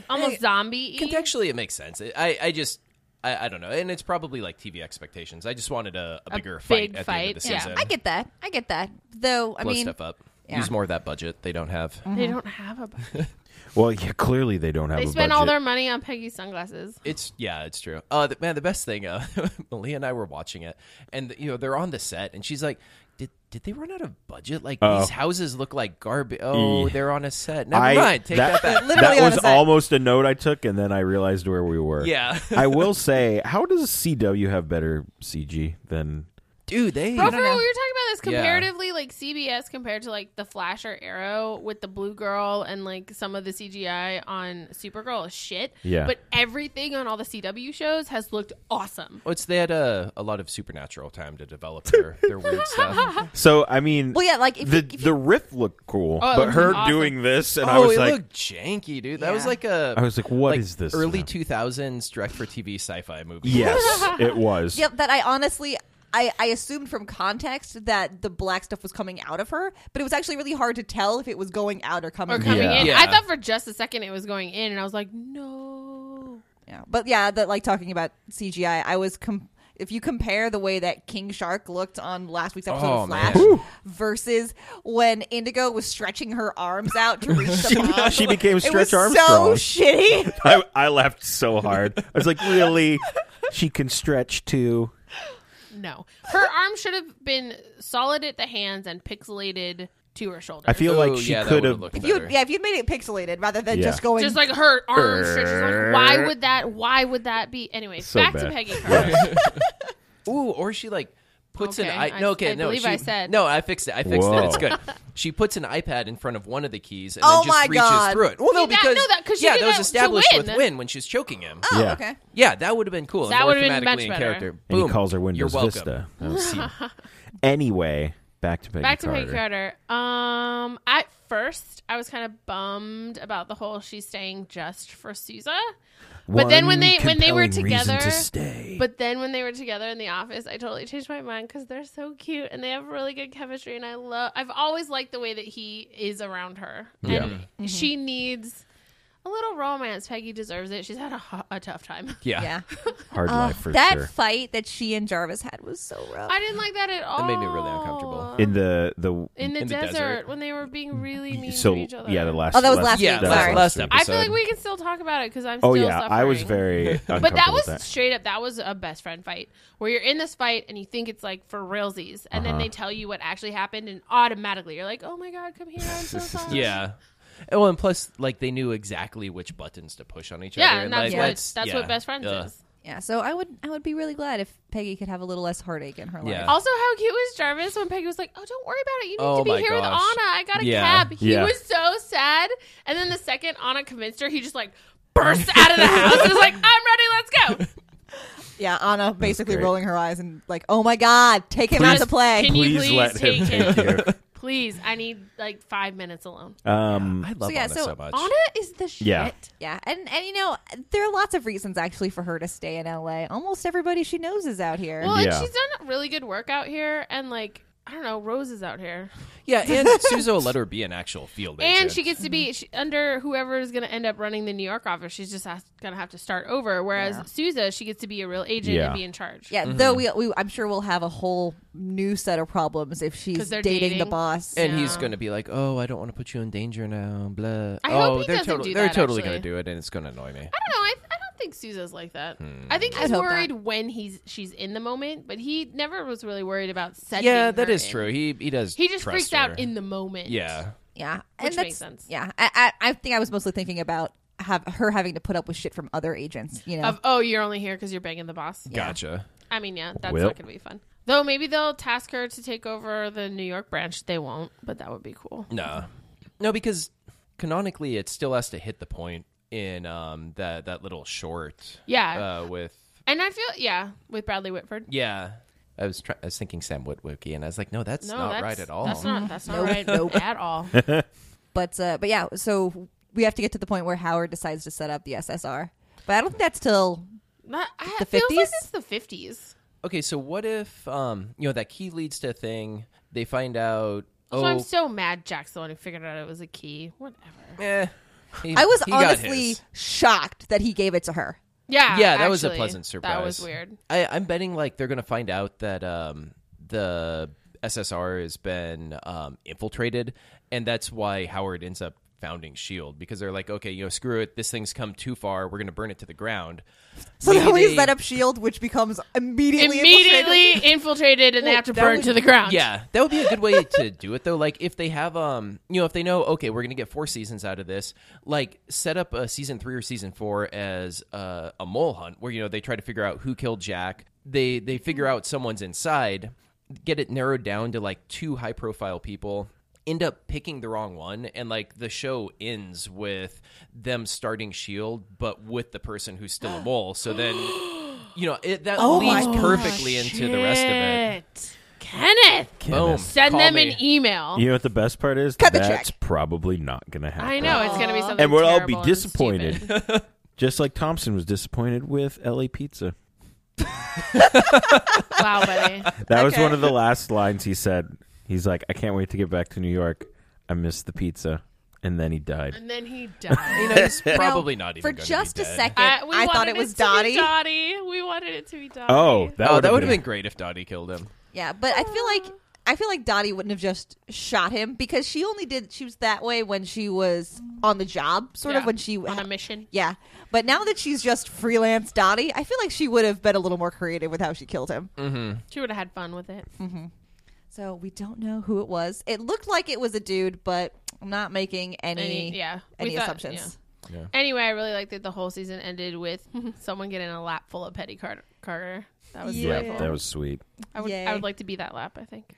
Speaker 3: almost zombie.
Speaker 2: Contextually, it makes sense. It- I I just. I, I don't know, and it's probably like TV expectations. I just wanted a, a bigger fight
Speaker 3: big
Speaker 2: at the end of
Speaker 3: fight,
Speaker 2: the
Speaker 3: yeah.
Speaker 2: season.
Speaker 5: I get that. I get that. Though I
Speaker 2: Blow
Speaker 5: mean,
Speaker 2: stuff up.
Speaker 5: yeah.
Speaker 2: Use more of that budget they don't have.
Speaker 3: They don't have a. budget.
Speaker 4: Well, yeah, clearly they don't have.
Speaker 3: They
Speaker 4: a
Speaker 3: spent
Speaker 4: budget.
Speaker 3: all their money on Peggy's sunglasses.
Speaker 2: It's yeah, it's true. Uh, the, man, the best thing, uh, Malia and I were watching it, and you know they're on the set, and she's like, "Did did they run out of budget? Like
Speaker 4: Oh.
Speaker 2: these houses look like garbage. Oh,
Speaker 4: Yeah.
Speaker 2: they're on a set. Never
Speaker 4: I-
Speaker 2: mind. Take that, back.
Speaker 4: that
Speaker 5: Literally on
Speaker 4: was
Speaker 5: a set.
Speaker 4: almost a note I took, and then I realized where we were.
Speaker 2: Yeah,
Speaker 4: I will say, how does CW have better CG than?
Speaker 2: dude, they
Speaker 3: Bro, for real, we were talking about this
Speaker 2: Yeah.
Speaker 3: comparatively, like CBS compared to like the Flash or Arrow with the blue girl and like some of the CGI on Supergirl is shit.
Speaker 4: Yeah.
Speaker 3: But everything on all the CW shows has looked awesome.
Speaker 2: What's they had uh, a lot of supernatural time to develop their, their weird stuff.
Speaker 4: So I mean,
Speaker 5: Well, yeah, like if
Speaker 4: the
Speaker 5: you, if you-
Speaker 4: the riff looked cool,
Speaker 3: Oh, it
Speaker 4: but
Speaker 3: looked
Speaker 4: her
Speaker 3: awesome.
Speaker 4: doing this, and
Speaker 2: oh,
Speaker 4: I was
Speaker 2: it
Speaker 4: like,
Speaker 2: looked janky, dude. That was
Speaker 5: Yeah.
Speaker 2: like a.
Speaker 4: I was like, what
Speaker 2: like
Speaker 4: is this?
Speaker 2: Early
Speaker 4: now?
Speaker 2: two thousands direct for TV sci fi movie.
Speaker 4: yes, it was.
Speaker 5: Yep, that I honestly I, I assumed from context that the black stuff was coming out of her, but it was actually really hard to tell if it was going out or coming
Speaker 3: Or
Speaker 5: in.
Speaker 3: coming
Speaker 4: Yeah.
Speaker 3: in.
Speaker 2: Yeah.
Speaker 3: I thought for just a second it was going in and I was like, No.
Speaker 5: Yeah. But yeah, that like talking about CGI, I was com- if you compare the way that King Shark looked on last week's episode
Speaker 2: Oh,
Speaker 5: of Flash
Speaker 2: man.
Speaker 4: Whew.
Speaker 5: versus when Indigo was stretching her arms out to reach the bomb,
Speaker 4: she became
Speaker 5: it
Speaker 4: Stretch
Speaker 5: was
Speaker 4: Armstrong.
Speaker 5: So shitty.
Speaker 4: I, I laughed so hard. I was like, really? She can stretch too.
Speaker 3: No. Her arm should have been solid at the hands and pixelated to her shoulder.
Speaker 4: I feel
Speaker 2: Ooh,
Speaker 4: like she
Speaker 2: Oh, yeah, that
Speaker 4: could
Speaker 2: would've
Speaker 4: have.
Speaker 2: looked
Speaker 5: If
Speaker 2: better.
Speaker 5: you yeah, if you'd made it pixelated rather than
Speaker 4: Yeah.
Speaker 5: just going
Speaker 3: just like her arm stretches. Like, why would that why would that be anyway,
Speaker 4: So
Speaker 3: back to
Speaker 4: bad.
Speaker 3: Peggy Carter.
Speaker 2: Ooh, or she like puts an
Speaker 3: Okay,
Speaker 2: i
Speaker 3: I-
Speaker 2: no okay
Speaker 3: I
Speaker 2: no
Speaker 3: believe
Speaker 2: she,
Speaker 3: I said-
Speaker 2: no I fixed it I fixed it
Speaker 4: Whoa.
Speaker 2: it's good. She puts an iPad in front of one of the keys and then
Speaker 5: Oh
Speaker 2: just
Speaker 5: my
Speaker 2: reaches
Speaker 5: God.
Speaker 2: through it. Well, no,
Speaker 3: See, that-
Speaker 2: because
Speaker 3: no, that- 'cause she
Speaker 2: yeah,
Speaker 3: did
Speaker 2: that was
Speaker 3: that to
Speaker 2: established
Speaker 3: win.
Speaker 2: with Win when she's choking him.
Speaker 5: Oh,
Speaker 4: Yeah.
Speaker 5: okay.
Speaker 2: Yeah, that would have been cool. and
Speaker 3: That
Speaker 2: more
Speaker 3: would've been
Speaker 2: thematically
Speaker 3: much
Speaker 2: in
Speaker 3: better.
Speaker 2: character.
Speaker 4: And
Speaker 2: Boom.
Speaker 4: he calls her
Speaker 2: You're
Speaker 4: Windows
Speaker 2: welcome. Oh,
Speaker 4: Vista. That was- anyway, back to Peggy
Speaker 3: Back to
Speaker 4: Carter.
Speaker 3: Peggy Carter. Um, at first, I was kind of bummed about the whole she's staying just for Sousa. But then when they- when they were
Speaker 4: compelling reason
Speaker 3: together-
Speaker 4: to stay.
Speaker 3: But then when they were together in the office, I totally changed my mind because they're so cute and they have really good chemistry. And I love. I've always liked the way that he is around her. And
Speaker 4: Yeah.
Speaker 2: Mm-hmm.
Speaker 3: she needs a little romance. Peggy deserves it. She's had a, ho- a tough time.
Speaker 2: Yeah.
Speaker 5: Yeah.
Speaker 4: hard
Speaker 5: Uh,
Speaker 4: life for
Speaker 5: that
Speaker 4: sure.
Speaker 5: fight that she and Jarvis had was so rough.
Speaker 3: I didn't like that at all.
Speaker 2: That made me really uncomfortable.
Speaker 4: in the the
Speaker 3: in the,
Speaker 2: in the
Speaker 3: desert,
Speaker 2: desert.
Speaker 3: when they were being really mean
Speaker 4: so
Speaker 3: to each other.
Speaker 4: yeah the last
Speaker 5: Oh, that was last
Speaker 2: Yeah,
Speaker 5: week,
Speaker 2: last,
Speaker 5: sorry.
Speaker 2: last
Speaker 4: week.
Speaker 2: episode.
Speaker 3: I feel like we can still talk about it because I'm.
Speaker 4: Oh
Speaker 3: still
Speaker 4: yeah, I was
Speaker 3: suffering.
Speaker 4: very.
Speaker 3: But that
Speaker 4: uncomfortable
Speaker 3: was
Speaker 4: with that.
Speaker 3: straight up. That was a best friend fight where you're in this fight and you think it's like for realsies, and
Speaker 4: Uh-huh.
Speaker 3: then they tell you what actually happened, and automatically you're like, "Oh my god, come here! I'm so sorry."
Speaker 2: Yeah. Oh, and plus, like they knew exactly which buttons to push on each
Speaker 3: Yeah,
Speaker 2: other.
Speaker 3: and that's
Speaker 2: like,
Speaker 3: what that's,
Speaker 2: yeah.
Speaker 3: what best friends
Speaker 2: Ugh.
Speaker 3: is.
Speaker 5: yeah, so I would I would be really glad if Peggy could have a little less heartache in her life.
Speaker 2: Yeah.
Speaker 3: Also, how cute was Jarvis when Peggy was like, "Oh, don't worry about it. You need
Speaker 2: Oh
Speaker 3: to be
Speaker 2: my
Speaker 3: here with Anna.
Speaker 2: gosh.
Speaker 3: I got a
Speaker 2: Yeah.
Speaker 3: cab." He
Speaker 4: Yeah.
Speaker 3: was so sad, and then the second Anna convinced her, he just like bursts out of the house and was like, "I'm ready. Let's go."
Speaker 5: Yeah, Anna basically
Speaker 4: great.
Speaker 5: rolling her eyes and like, "Oh my God, take him out
Speaker 3: Please-
Speaker 5: to play."
Speaker 3: Can you
Speaker 4: Please
Speaker 3: please
Speaker 4: let him
Speaker 3: take him?
Speaker 4: take you.
Speaker 3: Please, I need like five minutes alone.
Speaker 4: Um,
Speaker 2: I love
Speaker 5: yeah,
Speaker 2: Anna
Speaker 5: so
Speaker 2: so, much.
Speaker 3: Anna is the shit.
Speaker 4: Yeah.
Speaker 5: yeah, and and you know there are lots of reasons actually for her to stay in LA. Almost everybody she knows is out here.
Speaker 3: Well,
Speaker 4: Yeah.
Speaker 3: and she's done really good work out here, and like I don't know, Rose is out here,
Speaker 2: yeah, and Suzo let her be an actual field agent.
Speaker 3: and she gets to
Speaker 2: Mm-hmm.
Speaker 3: be she, under whoever is going to end up running the New York office. She's just has, gonna have to start over. Whereas
Speaker 5: Yeah.
Speaker 3: Sousa, she gets to be a real agent
Speaker 4: Yeah.
Speaker 3: and be in charge.
Speaker 5: yeah, though
Speaker 2: Mm-hmm.
Speaker 5: we, we I'm sure we'll have a whole new set of problems if she's
Speaker 3: 'Cause they're
Speaker 5: dating, the
Speaker 3: dating.
Speaker 5: boss.
Speaker 2: And he's
Speaker 3: Yeah.
Speaker 2: going to be like, "Oh, I don't want to put you in danger now." Blah.
Speaker 3: I
Speaker 2: oh,
Speaker 3: hope he
Speaker 2: they're
Speaker 3: doesn't
Speaker 2: totally
Speaker 3: do
Speaker 2: they're
Speaker 3: that,
Speaker 2: totally
Speaker 3: actually.
Speaker 2: going to do it, and it's going to annoy me.
Speaker 3: I don't know. I, I don't think Sousa's like that.
Speaker 2: Hmm.
Speaker 3: I think
Speaker 5: I'd
Speaker 3: he's
Speaker 5: hope not.
Speaker 3: worried when he's she's in the moment, but he never was really worried about setting.
Speaker 2: Yeah, that
Speaker 3: her
Speaker 2: is
Speaker 3: in.
Speaker 2: true. He he does.
Speaker 3: He just
Speaker 2: trust
Speaker 3: freaks
Speaker 2: her.
Speaker 3: out in the moment.
Speaker 2: Yeah,
Speaker 5: yeah,
Speaker 3: Which
Speaker 5: and
Speaker 3: makes
Speaker 5: that's-
Speaker 3: sense.
Speaker 5: Yeah, I, I I think I was mostly thinking about have her having to put up with shit from other agents. You know,
Speaker 3: Of oh, you're only here because you're banging the boss.
Speaker 2: gotcha.
Speaker 3: I mean, yeah, that's
Speaker 4: Well.
Speaker 3: not gonna be fun. Though maybe they'll task her to take over the New York branch. They won't, but that would be cool.
Speaker 2: Nah, no, because canonically, it still has to hit the point in um that that little short.
Speaker 3: Yeah,
Speaker 2: Uh, with
Speaker 3: and I feel yeah with Bradley Whitford.
Speaker 2: yeah, I was try- I was thinking Sam Witwicky, and I was like, no, that's
Speaker 3: No,
Speaker 2: not
Speaker 3: that's
Speaker 2: right at all.
Speaker 3: That's not that's not
Speaker 5: Nope,
Speaker 3: right
Speaker 5: nope.
Speaker 3: at all.
Speaker 5: but uh, but yeah, so we have to get to the point where Howard decides to set up the SSR. But I don't think that's till
Speaker 3: Not, I,
Speaker 5: The
Speaker 3: it feels like
Speaker 5: 50s?
Speaker 3: it's the fifties.
Speaker 2: Okay, so what if um you know that key leads to a thing? They find out. Oh,
Speaker 3: So I'm so mad Jack's the one who figured out it was a key. Whatever.
Speaker 2: eh, he-
Speaker 5: I was
Speaker 2: he got
Speaker 5: honestly
Speaker 2: his.
Speaker 5: shocked that he gave it to her.
Speaker 3: Yeah.
Speaker 2: Yeah, that was a
Speaker 3: actually.
Speaker 2: pleasant surprise.
Speaker 3: That was weird.
Speaker 2: I, I'm betting like they're gonna find out that um the SSR has been um, infiltrated, and that's why Howard ends up founding Shield E because they're like, okay, you know, screw it, this thing's come too far. We're gonna burn it to the ground.
Speaker 5: So
Speaker 2: Maybe
Speaker 5: then we
Speaker 2: they-
Speaker 5: set up Shield, which becomes immediately
Speaker 3: Immediately infiltrated and they
Speaker 2: Well,
Speaker 3: have to
Speaker 2: that
Speaker 3: burn
Speaker 2: would-
Speaker 3: to the ground.
Speaker 2: Yeah, that would be a good way to do it though. Like if they have um, you know, if they know okay, we're going to get four seasons out of this, like set up a season 3 or season 4 as uh, a mole hunt where you know they try to figure out who killed Jack. They they figure out someone's inside, get it narrowed down to like two high profile people. End up picking the wrong one, and like the show ends with them starting Shield, E but with the person who's still a mole. So then, you know, it, that leads
Speaker 5: my
Speaker 2: perfectly into the rest of it.
Speaker 3: Oh, Shit. Kenneth,
Speaker 2: Boom.
Speaker 3: send
Speaker 2: Call
Speaker 3: them
Speaker 2: me.
Speaker 3: an e- email.
Speaker 4: You know what the best part is?
Speaker 5: Cut the
Speaker 4: That's
Speaker 5: check.
Speaker 4: probably not going to happen.
Speaker 3: I know it's gonna be something,
Speaker 4: And we'll all be
Speaker 3: terrible and
Speaker 4: disappointed.
Speaker 3: stupid.
Speaker 4: Just like Thompson was disappointed with LA Pizza.
Speaker 3: wow, buddy.
Speaker 4: That was
Speaker 5: Okay.
Speaker 4: one of the last lines he said. He's like, I can't wait to get back to New York. I miss the pizza. And then he died.
Speaker 3: And then he died.
Speaker 2: You know, he's
Speaker 5: You know,
Speaker 2: probably not even
Speaker 5: for
Speaker 2: gonna be
Speaker 5: just a
Speaker 2: dead.
Speaker 5: second.
Speaker 3: I,
Speaker 5: I,
Speaker 3: Uh, we
Speaker 5: thought
Speaker 3: wanted
Speaker 5: it was
Speaker 3: to be
Speaker 5: Dottie.
Speaker 3: Dottie. We wanted it to be Dottie.
Speaker 4: Oh, that
Speaker 2: oh, that
Speaker 4: would have
Speaker 2: would have
Speaker 4: been,
Speaker 2: been great if Dottie killed him.
Speaker 5: Yeah, but I feel like I feel like Dottie wouldn't have just shot him because she only did. She was that way when she was on the job, sort
Speaker 3: Yeah,
Speaker 5: of when she
Speaker 3: on a mission.
Speaker 5: Yeah, but now that she's just freelance Dottie, I feel like she would have been a little more creative with how she killed him.
Speaker 2: Mm-hmm.
Speaker 3: She would have had fun with it.
Speaker 5: So we don't know who it was. It looked like it was a dude, but I'm not making any
Speaker 3: Any- yeah, we
Speaker 5: any
Speaker 3: thought-
Speaker 5: assumptions.
Speaker 3: Anyway, I really liked that the whole season ended with someone getting a lap full of Petty Carter. Carter. That was
Speaker 5: Yeah.
Speaker 4: Yeah,
Speaker 3: delightful.
Speaker 4: that was sweet.
Speaker 3: I would. I
Speaker 5: Yay.
Speaker 3: would like to be that lap. I think.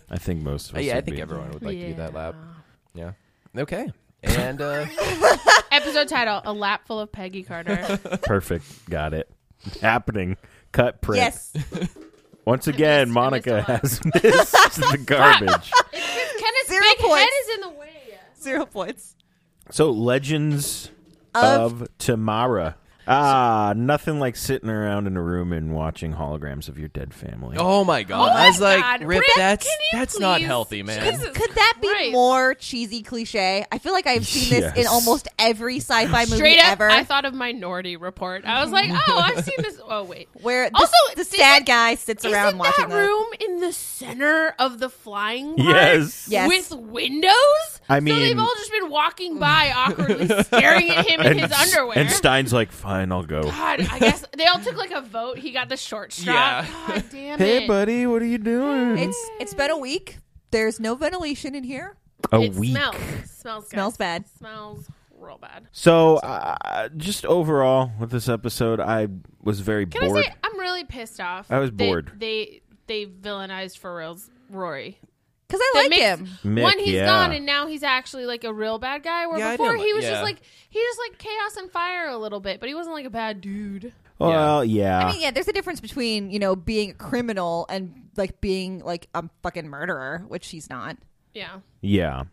Speaker 4: I think most of us.
Speaker 2: yeah, I
Speaker 4: would
Speaker 2: think
Speaker 4: be.
Speaker 2: everyone would like to do that
Speaker 3: Yeah.
Speaker 2: lap. Yeah. Okay. And uh,
Speaker 3: Episode title: A lap full of Peggy Carter.
Speaker 4: Perfect. Got it. Happening. Cut print.
Speaker 5: Yes,
Speaker 4: Once again,
Speaker 3: missed- I
Speaker 4: Monica
Speaker 3: missed
Speaker 4: has missed the garbage.
Speaker 3: Kenneth's
Speaker 5: Zero
Speaker 3: big head
Speaker 5: points.
Speaker 3: is in the way.
Speaker 5: zero points.
Speaker 4: So, Legends
Speaker 5: Of-
Speaker 2: Um,
Speaker 4: of, Tamara. Ah, nothing like sitting around in a room and watching holograms of your dead family.
Speaker 2: oh my god, I
Speaker 3: my
Speaker 2: was like,
Speaker 3: God.
Speaker 2: Rip,
Speaker 3: Rip,
Speaker 2: that's
Speaker 3: can you
Speaker 2: that's not
Speaker 3: please-
Speaker 2: healthy, man.
Speaker 3: Jesus
Speaker 5: Could that be
Speaker 3: Christ.
Speaker 5: more cheesy cliche? I feel like I've seen this in
Speaker 4: Yes.
Speaker 5: almost every sci-fi movie
Speaker 3: Straight up,
Speaker 5: ever.
Speaker 3: I thought of Minority Report. I was like, oh, I've seen this. Oh wait,
Speaker 5: where the,
Speaker 3: Also,
Speaker 5: the
Speaker 3: isn't-
Speaker 5: sad guy sits
Speaker 3: Isn't
Speaker 5: around watching
Speaker 3: that
Speaker 5: the-
Speaker 3: room in the center of the flying part
Speaker 4: Yes.
Speaker 5: Yes.
Speaker 3: with windows?
Speaker 4: I
Speaker 3: so they've
Speaker 4: mean-
Speaker 3: all just been walking by awkwardly, staring at him in his underwear.
Speaker 4: and Stein's like, fine, I'll go.
Speaker 3: God, I guess they all took like a vote. He got the short straw.
Speaker 2: Yeah.
Speaker 3: God damn
Speaker 4: Hey,
Speaker 3: it!
Speaker 4: buddy, what are you doing?
Speaker 5: It's it's been a week. There's no ventilation in here.
Speaker 4: a
Speaker 3: it
Speaker 4: week.
Speaker 3: smells. Smells. guys.
Speaker 5: Smells bad.
Speaker 3: Smells real bad.
Speaker 4: So, uh, just overall with this episode, I was very
Speaker 3: Can
Speaker 4: bored.
Speaker 3: I say I'm really pissed off?
Speaker 4: I was
Speaker 3: that
Speaker 4: bored.
Speaker 3: They they, villainized for reals Rory.
Speaker 5: Cause I
Speaker 3: That
Speaker 5: like
Speaker 3: makes-
Speaker 5: him.
Speaker 4: Mick,
Speaker 3: One, he's
Speaker 4: yeah.
Speaker 3: gone, and now he's actually like a real bad guy. Where
Speaker 2: Yeah, I
Speaker 3: before
Speaker 2: know,
Speaker 3: he was just
Speaker 2: yeah.
Speaker 3: like he just like chaos and fire a little bit, but he wasn't like a bad dude.
Speaker 4: Well, yeah.
Speaker 5: I mean, yeah, there's a difference between, you know, being a criminal and like being like a fucking murderer, which he's not.
Speaker 3: Yeah,
Speaker 4: yeah.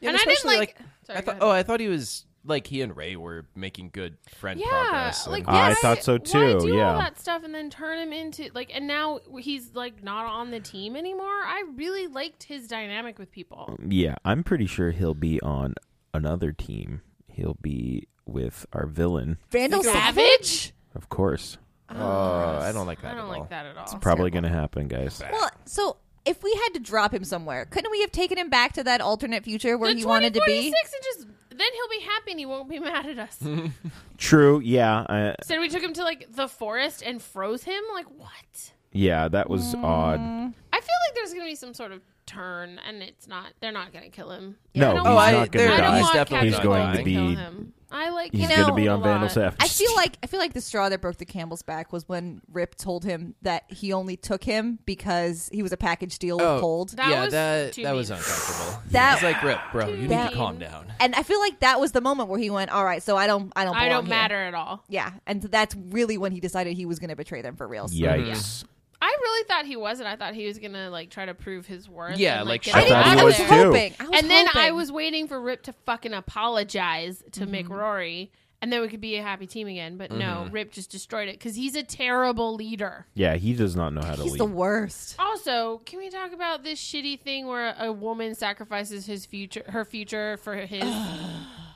Speaker 2: Yeah,
Speaker 3: and I didn't
Speaker 2: especially,
Speaker 3: like. sorry,
Speaker 2: I
Speaker 3: go
Speaker 2: thought,
Speaker 3: ahead.
Speaker 2: oh, I thought he was like he and Ray were making good friend
Speaker 3: yeah,
Speaker 2: progress.
Speaker 3: like
Speaker 2: and-
Speaker 4: I
Speaker 3: why-
Speaker 4: thought so
Speaker 3: Why
Speaker 4: too,
Speaker 3: do
Speaker 4: yeah.
Speaker 3: all that stuff and then turn him into like, and now he's like not on the team anymore. I really liked his dynamic with people.
Speaker 4: Yeah, I'm pretty sure he'll be on another team. He'll be with our villain,
Speaker 5: Vandal
Speaker 3: Savage?
Speaker 4: of course.
Speaker 2: oh, I don't like that
Speaker 3: I
Speaker 2: at
Speaker 3: don't
Speaker 2: all.
Speaker 3: like that at all.
Speaker 4: Probably going to happen, guys.
Speaker 5: Well, so if we had to drop him somewhere, couldn't we have taken him back to that alternate future where
Speaker 3: The
Speaker 5: he wanted to be?
Speaker 3: 2046 and just then he'll be happy and he won't be mad at us.
Speaker 4: True. Yeah. I,
Speaker 3: Said we took him to like the forest and froze him. Like what?
Speaker 4: yeah, that was odd.
Speaker 3: Mm. I feel like there's gonna be some sort of turn, and it's not. They're not gonna kill him.
Speaker 4: No,
Speaker 3: I don't
Speaker 4: he's
Speaker 3: want-
Speaker 4: not gonna
Speaker 3: I don't
Speaker 4: die.
Speaker 3: want
Speaker 4: He's
Speaker 2: definitely
Speaker 3: Captain
Speaker 2: He's going
Speaker 3: Marvel
Speaker 2: to
Speaker 4: be-
Speaker 3: kill him. I like.
Speaker 4: He's
Speaker 3: him
Speaker 4: going to be
Speaker 3: a
Speaker 4: on Vandal
Speaker 3: lot.
Speaker 4: Savage.
Speaker 5: I feel like I feel like the straw that broke the camel's back was when Rip told him that he only took him because he was a package deal with
Speaker 2: Oh.
Speaker 5: Cold.
Speaker 3: That
Speaker 2: yeah,
Speaker 3: was
Speaker 2: that
Speaker 3: too
Speaker 2: that was
Speaker 3: mean.
Speaker 2: uncomfortable.
Speaker 5: That-
Speaker 2: It's like Rip, bro, you need
Speaker 5: That-
Speaker 2: to calm down.
Speaker 5: and I feel like that was the moment where he went, "All right, so I don't, I don't,
Speaker 3: I
Speaker 5: belong
Speaker 3: don't
Speaker 5: here."
Speaker 3: matter at all.
Speaker 5: Yeah, and so that's really when he decided he was going to betray them for real.
Speaker 4: Yikes.
Speaker 3: I really thought he wasn't. I thought he was gonna like try to prove his worth.
Speaker 2: Yeah,
Speaker 3: and,
Speaker 2: like,
Speaker 3: get
Speaker 2: I
Speaker 5: I,
Speaker 3: it
Speaker 5: didn't-
Speaker 4: thought
Speaker 3: out
Speaker 4: he
Speaker 5: I
Speaker 3: of
Speaker 5: was
Speaker 3: there.
Speaker 4: too.
Speaker 5: hoping. I was
Speaker 3: and then I
Speaker 5: hoping.
Speaker 3: was waiting for Rip to fucking apologize to
Speaker 4: Mm-hmm.
Speaker 3: McRory, and then we could be a happy team again. But no, Rip just destroyed it because he's a terrible leader.
Speaker 4: Yeah, he does not know how to
Speaker 5: He's
Speaker 4: lead.
Speaker 5: the worst.
Speaker 3: Also, can we talk about this shitty thing where a woman sacrifices his future, her future for his?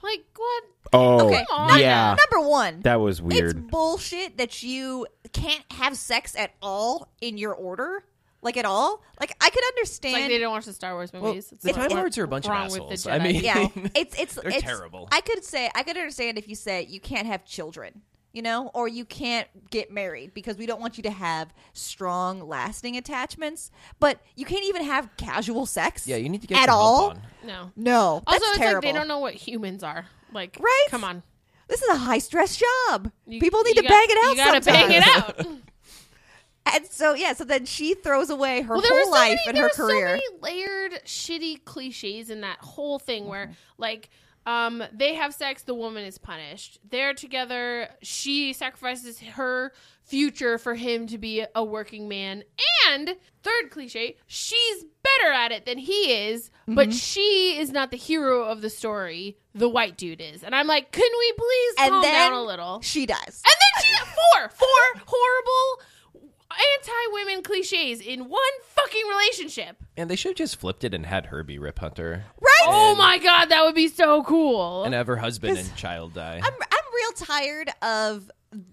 Speaker 3: like what?
Speaker 4: oh,
Speaker 5: Okay,
Speaker 3: on.
Speaker 4: yeah,
Speaker 5: Number one.
Speaker 4: that was
Speaker 5: it's
Speaker 4: weird.
Speaker 5: bullshit that you can't have sex at all in your order. Like at all. Like I could understand.
Speaker 3: It's like they didn't watch the Star Wars movies. It's
Speaker 2: The
Speaker 3: like,
Speaker 2: Time
Speaker 3: what-
Speaker 2: Lords are a bunch of
Speaker 3: wrong with the
Speaker 2: assholes. I
Speaker 3: Jedi?
Speaker 2: mean,
Speaker 5: yeah, it's it's
Speaker 2: They're
Speaker 5: it's
Speaker 2: terrible.
Speaker 5: I could say I could understand if you said you can't have children, you know, or you can't get married because we don't want you to have strong, lasting attachments. But you can't even have casual sex.
Speaker 2: yeah, you need to get
Speaker 5: at
Speaker 2: some help
Speaker 5: all.
Speaker 2: on.
Speaker 3: no.
Speaker 5: No,
Speaker 3: Also,
Speaker 5: that's
Speaker 3: it's
Speaker 5: terrible.
Speaker 3: like they don't know what humans are. Like,
Speaker 5: Right?
Speaker 3: come on,
Speaker 5: This is a high stress job.
Speaker 3: You-
Speaker 5: People need
Speaker 3: you
Speaker 5: to
Speaker 3: got-
Speaker 5: bang it out.
Speaker 3: You gotta
Speaker 5: sometimes.
Speaker 3: bang it out.
Speaker 5: And so yeah, so then she throws away her
Speaker 3: Well, there
Speaker 5: whole
Speaker 3: were so
Speaker 5: life
Speaker 3: many,
Speaker 5: and
Speaker 3: there
Speaker 5: her
Speaker 3: were
Speaker 5: career.
Speaker 3: So many layered shitty cliches in that whole thing where like um they have sex, the woman is punished. They're together, she sacrifices her future for him to be a working man. And third cliche, she's better at it than he is, but
Speaker 5: Mm-hmm.
Speaker 3: she is not the hero of the story. The white dude is. And I'm like, can we please
Speaker 5: and
Speaker 3: calm
Speaker 5: then
Speaker 3: down a little?
Speaker 5: she dies.
Speaker 3: And then she got four, four horrible anti-women cliches in one fucking relationship.
Speaker 2: And they should have just flipped it and had her be Rip Hunter
Speaker 5: Right?
Speaker 3: Oh my god, that would be so cool.
Speaker 2: and have her husband and child die.
Speaker 5: I'm I'm real tired of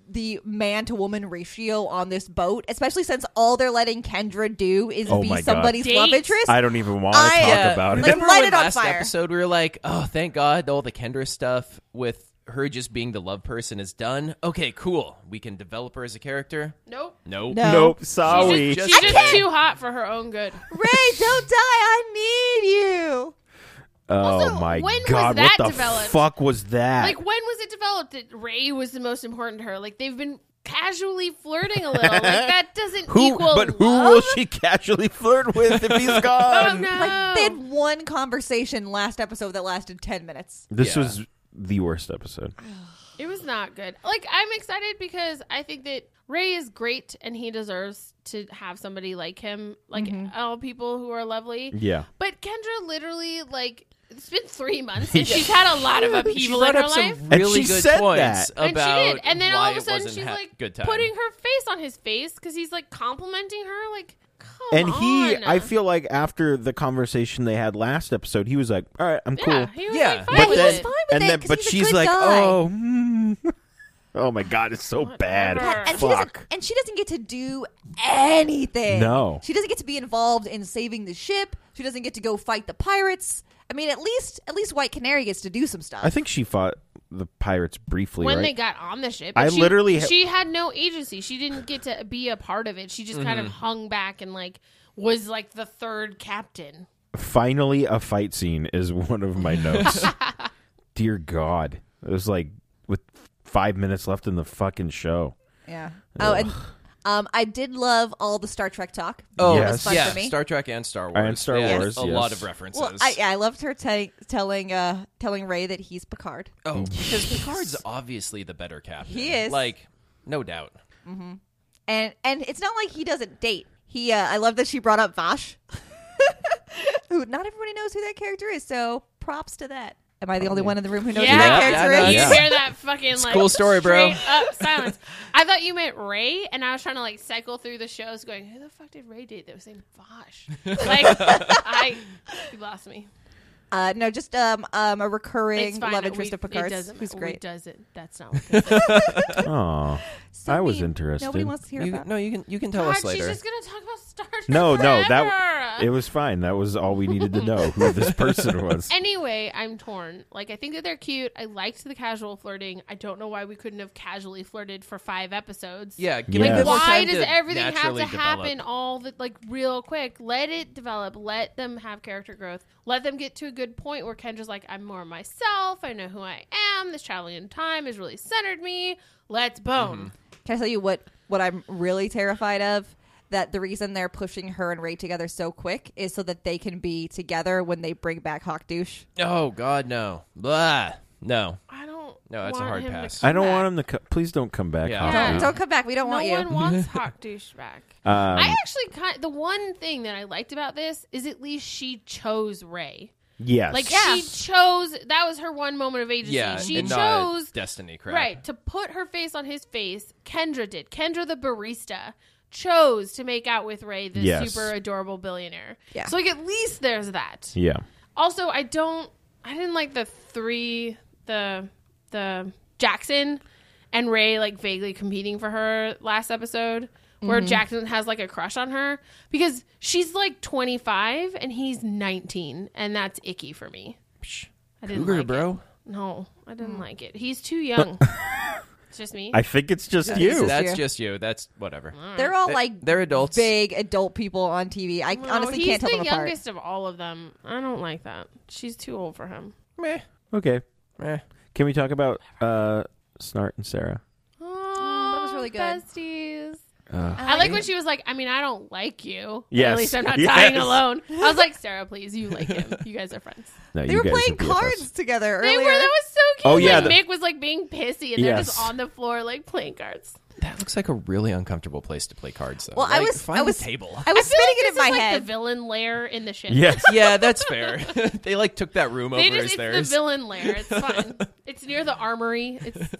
Speaker 5: the man to woman ratio on this boat, especially since all they're letting Kendra do is
Speaker 4: Oh my
Speaker 5: be
Speaker 4: God.
Speaker 5: somebody's
Speaker 3: Date.
Speaker 5: love interest.
Speaker 4: I don't even want to
Speaker 5: I,
Speaker 4: talk
Speaker 5: uh,
Speaker 4: about it.
Speaker 5: like-
Speaker 2: Remember
Speaker 5: light
Speaker 2: when
Speaker 5: it on
Speaker 2: last
Speaker 5: fire.
Speaker 2: episode we were like, oh, thank God all the Kendra stuff with her just being the love person is done. Okay, cool. We can develop her as a character.
Speaker 3: nope.
Speaker 2: Nope.
Speaker 5: No.
Speaker 4: Nope,
Speaker 3: She's just,
Speaker 4: sorry.
Speaker 3: she's
Speaker 2: I
Speaker 3: just
Speaker 2: can't-
Speaker 3: too hot for her own good.
Speaker 5: Ray, don't die. I need you.
Speaker 4: oh
Speaker 3: Also,
Speaker 4: my
Speaker 3: when was
Speaker 4: god,
Speaker 3: that
Speaker 4: what the
Speaker 3: developed?
Speaker 4: fuck was that?
Speaker 3: Like when was it developed that Ray was the most important to her? Like they've been casually flirting a little. Like that doesn't
Speaker 4: who?
Speaker 3: equal
Speaker 4: But who
Speaker 3: love?
Speaker 4: will she casually flirt with if he's
Speaker 3: Oh
Speaker 4: gone?
Speaker 3: no.
Speaker 5: Like they had one conversation last episode that lasted ten minutes.
Speaker 4: This
Speaker 2: Yeah.
Speaker 4: was the worst episode.
Speaker 3: It was not good. Like I'm excited because I think that Ray is great and he deserves to have somebody like him, like all people who are lovely.
Speaker 4: Yeah.
Speaker 3: But Kendra literally like it's been three months and she's had a lot of
Speaker 2: She
Speaker 3: upheaval in
Speaker 2: brought
Speaker 3: her
Speaker 2: up
Speaker 3: life.
Speaker 2: some
Speaker 4: And
Speaker 2: really
Speaker 4: she
Speaker 2: good
Speaker 4: said
Speaker 2: points
Speaker 4: that.
Speaker 3: and
Speaker 2: about
Speaker 3: she did, and then
Speaker 2: wha-
Speaker 3: all of
Speaker 2: why
Speaker 3: a
Speaker 2: it
Speaker 3: sudden
Speaker 2: wasn't
Speaker 3: she's
Speaker 2: ha-
Speaker 3: like
Speaker 2: good time.
Speaker 3: putting her face on his face because he's like complimenting her. Like, come
Speaker 4: And he,
Speaker 3: on.
Speaker 4: I feel like after the conversation they had last episode, he was like, "All right, I'm cool."
Speaker 3: yeah, he was
Speaker 2: Yeah,
Speaker 3: like,
Speaker 4: But
Speaker 3: fine with
Speaker 5: he was
Speaker 4: then,
Speaker 3: it.
Speaker 5: fine with
Speaker 4: and
Speaker 5: it
Speaker 4: then,
Speaker 5: 'cause
Speaker 4: but
Speaker 5: he's a
Speaker 4: she's
Speaker 5: good
Speaker 4: like,
Speaker 5: guy.
Speaker 4: "Oh, hmm. oh my god, it's so bad."
Speaker 3: Whatever.
Speaker 5: And she, doesn't,
Speaker 4: Fuck.
Speaker 5: and she doesn't get to do anything.
Speaker 4: No.
Speaker 5: she doesn't get to be involved in saving the ship. She doesn't get to go fight the pirates. I mean, at least at least White Canary gets to do some stuff.
Speaker 4: I think she fought the pirates briefly,
Speaker 3: when
Speaker 4: right?
Speaker 3: they got on the ship.
Speaker 4: I
Speaker 3: she,
Speaker 4: literally ha-
Speaker 3: she had no agency. She didn't get to be a part of it. She just kind of
Speaker 2: Mm-hmm.
Speaker 3: hung back and like was like the third captain.
Speaker 4: Finally, a fight scene is one of my notes. Dear God, it was like with five minutes left in the fucking show.
Speaker 5: Yeah. Oh, and um, I did love all the Star Trek talk.
Speaker 2: Oh,
Speaker 5: that was
Speaker 4: Yes.
Speaker 5: fun
Speaker 2: yeah,
Speaker 5: for me.
Speaker 2: Star Trek and Star Wars.
Speaker 4: And Star
Speaker 2: They had
Speaker 4: Wars,
Speaker 2: A
Speaker 4: yes.
Speaker 2: lot of references.
Speaker 5: well, I, yeah, I loved her telling telling uh, telling Ray that he's Picard.
Speaker 2: Oh, because Picard's obviously the better captain.
Speaker 5: He is.
Speaker 2: Like, no doubt.
Speaker 5: and and it's not like he doesn't date. He, uh, I love that she brought up Vash, who not everybody knows who that character is. So props to that. Am I the only one in the room who knows who
Speaker 3: Yeah.
Speaker 2: Yeah,
Speaker 5: that character
Speaker 2: yeah,
Speaker 5: is?
Speaker 3: You
Speaker 2: yeah.
Speaker 3: hear that fucking like
Speaker 2: cool story, bro.
Speaker 3: straight Up silence. I thought you meant Ray, and I was trying to like cycle through the shows, going, "Who the fuck did Ray date?" That was named Vosh. Like, I you lost me.
Speaker 5: Uh, no, just um, um, a
Speaker 3: It's
Speaker 5: recurring
Speaker 3: fine.
Speaker 5: love interest
Speaker 3: We-
Speaker 5: of Picard's,
Speaker 3: doesn't-
Speaker 5: who's
Speaker 3: we
Speaker 5: great.
Speaker 3: doesn't. That's not. What this is.
Speaker 4: Oh,
Speaker 5: So
Speaker 4: I was
Speaker 5: mean. Nobody
Speaker 4: interested.
Speaker 5: wants to hear
Speaker 2: You,
Speaker 5: about.
Speaker 2: no, you can you can tell
Speaker 3: God,
Speaker 2: us later.
Speaker 3: she's just gonna talk about Star Trek.
Speaker 4: no, no, that
Speaker 3: forever.
Speaker 4: it was fine. That was all we needed to know who this person was.
Speaker 3: Anyway, I'm torn. Like, I think that they're cute. I liked the casual flirting. I don't know why we couldn't have casually flirted for five episodes.
Speaker 2: yeah, give
Speaker 4: Like,
Speaker 2: it
Speaker 4: Yeah.
Speaker 2: more
Speaker 3: Why
Speaker 2: time
Speaker 3: does
Speaker 2: to
Speaker 3: everything have to
Speaker 2: naturally develop.
Speaker 3: happen all the like real quick? Let it develop. Let them have character growth. Let them get to a good point where Kendra's like, I'm more myself. I know who I am. This traveling in time has really centered me. Let's bone.
Speaker 5: Can I tell you what what I'm really terrified of? That the reason they're pushing her and Ray together so quick is so that they can be together when they bring back Hawk Douche.
Speaker 2: Oh God, no. Blah. No.
Speaker 3: I don't.
Speaker 2: No, that's a
Speaker 3: want
Speaker 2: hard
Speaker 3: him to
Speaker 2: pass.
Speaker 3: come
Speaker 4: I don't
Speaker 3: back.
Speaker 4: want him to. Co- please don't come back.
Speaker 2: Yeah.
Speaker 4: Hawk
Speaker 5: No,
Speaker 3: Yeah.
Speaker 4: Dude.
Speaker 5: don't come back. We don't
Speaker 3: No
Speaker 5: want you.
Speaker 3: one wants hot douche back.
Speaker 4: Um,
Speaker 3: I actually kind the one thing that I liked about this is at least she chose Ray.
Speaker 4: yes.
Speaker 3: Like
Speaker 5: Yeah.
Speaker 3: she chose that was her one moment of agency.
Speaker 2: yeah,
Speaker 3: she
Speaker 2: and not
Speaker 3: chose
Speaker 2: Destiny crap.
Speaker 3: right to put her face on his face. Kendra did. Kendra the barista chose to make out with Ray, the
Speaker 4: Yes.
Speaker 3: super adorable billionaire.
Speaker 5: Yeah.
Speaker 3: So like at least there's that.
Speaker 4: Yeah.
Speaker 3: Also, I don't. I didn't like the three, the the Jackson and Ray like vaguely competing for her last episode, where Jackson has like a crush on her because she's like 25 and he's 19, and that's icky for me.
Speaker 2: Psh,
Speaker 3: I didn't
Speaker 2: Cougar,
Speaker 3: like
Speaker 2: bro.
Speaker 3: It. No, I didn't
Speaker 5: Hmm.
Speaker 3: like it. He's too young. it's just me.
Speaker 4: I think it's just
Speaker 5: This
Speaker 4: you.
Speaker 5: is
Speaker 2: That's
Speaker 5: you.
Speaker 2: just you. That's whatever.
Speaker 5: They're all like
Speaker 2: They're adults.
Speaker 5: big adult people on TV. I
Speaker 3: No,
Speaker 5: honestly
Speaker 3: he's
Speaker 5: can't tell
Speaker 3: the
Speaker 5: them apart.
Speaker 3: youngest of all of them. I don't like that. She's too old for him.
Speaker 2: Meh.
Speaker 4: Okay.
Speaker 2: Meh.
Speaker 4: Can we talk about uh, Snart and Sarah?
Speaker 3: Oh,
Speaker 5: Mm, that was really good.
Speaker 3: Besties.
Speaker 4: Uh,
Speaker 3: I like when she was like, I mean, I don't like you.
Speaker 4: Yes.
Speaker 3: At least I'm not
Speaker 4: Yes.
Speaker 3: dying alone. I was like, Sarah, please, you like him. You guys are friends.
Speaker 4: no,
Speaker 5: They
Speaker 4: you
Speaker 5: were
Speaker 4: guys
Speaker 5: playing
Speaker 4: are BFFs.
Speaker 5: cards together
Speaker 3: They
Speaker 5: earlier.
Speaker 3: were. That was so cute.
Speaker 4: Oh, yeah,
Speaker 3: Like,
Speaker 4: the-
Speaker 3: Nick was like being pissy, and they're just
Speaker 4: Yes.
Speaker 3: on the floor like playing cards.
Speaker 2: That looks like a really uncomfortable place to play cards, though.
Speaker 5: well, I
Speaker 2: Like,
Speaker 5: was.
Speaker 2: find
Speaker 5: I was.
Speaker 2: a table.
Speaker 3: I
Speaker 5: I was
Speaker 3: feel
Speaker 5: spinning
Speaker 3: like
Speaker 5: it
Speaker 3: this
Speaker 5: in
Speaker 3: is,
Speaker 5: my
Speaker 3: like,
Speaker 5: head.
Speaker 3: The villain lair in the ship.
Speaker 4: Yes.
Speaker 2: yeah, that's fair. they like took that room
Speaker 3: They
Speaker 2: over as
Speaker 3: just, it's
Speaker 2: theirs.
Speaker 3: the villain lair. It's fun. it's near the armory. It's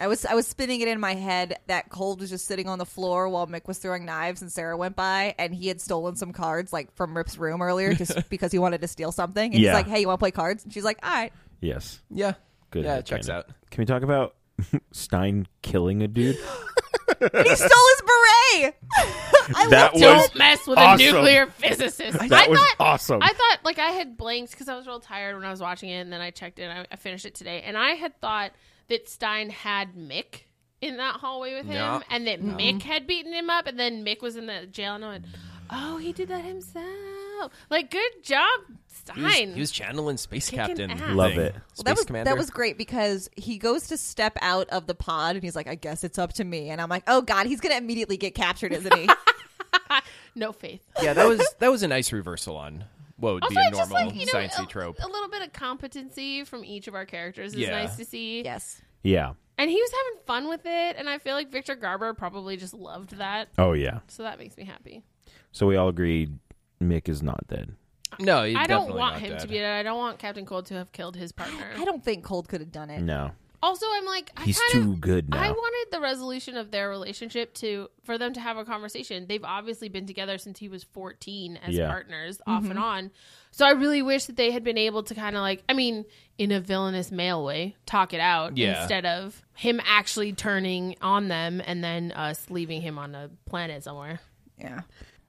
Speaker 5: I was I was spinning it in my head that Cold was just sitting on the floor while Mick was throwing knives and Sarah went by and he had stolen some cards like from Rip's room earlier just because he wanted to steal something and
Speaker 4: Yeah.
Speaker 5: he's like, "Hey, you want to play cards?" And she's like, "All right."
Speaker 4: Yes.
Speaker 2: yeah.
Speaker 4: Good.
Speaker 2: Yeah,
Speaker 4: head,
Speaker 2: it checks
Speaker 4: kinda.
Speaker 2: out.
Speaker 4: Can we talk about Stein killing a dude?
Speaker 5: And he stole his beret. I
Speaker 4: That
Speaker 5: loved
Speaker 4: was-
Speaker 5: it.
Speaker 3: don't mess with
Speaker 4: awesome.
Speaker 3: a nuclear physicist.
Speaker 4: That
Speaker 3: I
Speaker 4: was
Speaker 3: thought,
Speaker 4: awesome.
Speaker 3: I thought like I had blanks because I was real tired when I was watching it, and then I checked it. And I, I finished it today, and I had thought that Stein had Mick in that hallway with him,
Speaker 2: No.
Speaker 3: and that Mick had beaten him up, and then Mick was in the jail, and I went, "Oh, he did that himself." Like, good job,
Speaker 2: He was,
Speaker 3: Stein.
Speaker 2: he was channeling Space
Speaker 3: Kicking
Speaker 2: Captain.
Speaker 3: ass.
Speaker 2: thing.
Speaker 4: Love it.
Speaker 5: Well, that
Speaker 2: Space
Speaker 5: was
Speaker 2: Commander.
Speaker 5: that was great because he goes to step out of the pod and he's like, "I guess it's up to me." And I'm like, "Oh God, he's gonna immediately get captured, isn't he?"
Speaker 3: no faith.
Speaker 2: yeah, that was that was a nice reversal on what would
Speaker 3: Also,
Speaker 2: be a
Speaker 3: it's just
Speaker 2: normal
Speaker 3: like you know,
Speaker 2: sciencey
Speaker 3: a,
Speaker 2: trope.
Speaker 3: a little bit of competency from each of our characters is
Speaker 2: Yeah.
Speaker 3: nice to see.
Speaker 5: yes.
Speaker 4: yeah.
Speaker 3: and he was having fun with it, and I feel like Victor Garber probably just loved that.
Speaker 4: Oh yeah.
Speaker 3: So that makes me happy.
Speaker 4: So we all agreed Mick is not dead.
Speaker 2: No, he's
Speaker 3: I don't
Speaker 2: definitely
Speaker 3: want
Speaker 2: not
Speaker 3: him to
Speaker 2: dead.
Speaker 3: be dead. I don't want Captain Cold to have killed his partner.
Speaker 5: I don't think Cold could have done it.
Speaker 4: No.
Speaker 3: also, I'm like, I
Speaker 4: He's
Speaker 3: kind
Speaker 4: too
Speaker 3: of,
Speaker 4: good now.
Speaker 3: I wanted the resolution of their relationship to for them to have a conversation. They've obviously been together since he was 14 as
Speaker 4: Yeah.
Speaker 3: partners, off
Speaker 5: Mm-hmm.
Speaker 3: and on. So I really wish that they had been able to kind of like, I mean, in a villainous male way, talk it out
Speaker 2: Yeah.
Speaker 3: instead of him actually turning on them and then us leaving him on a planet somewhere.
Speaker 5: Yeah.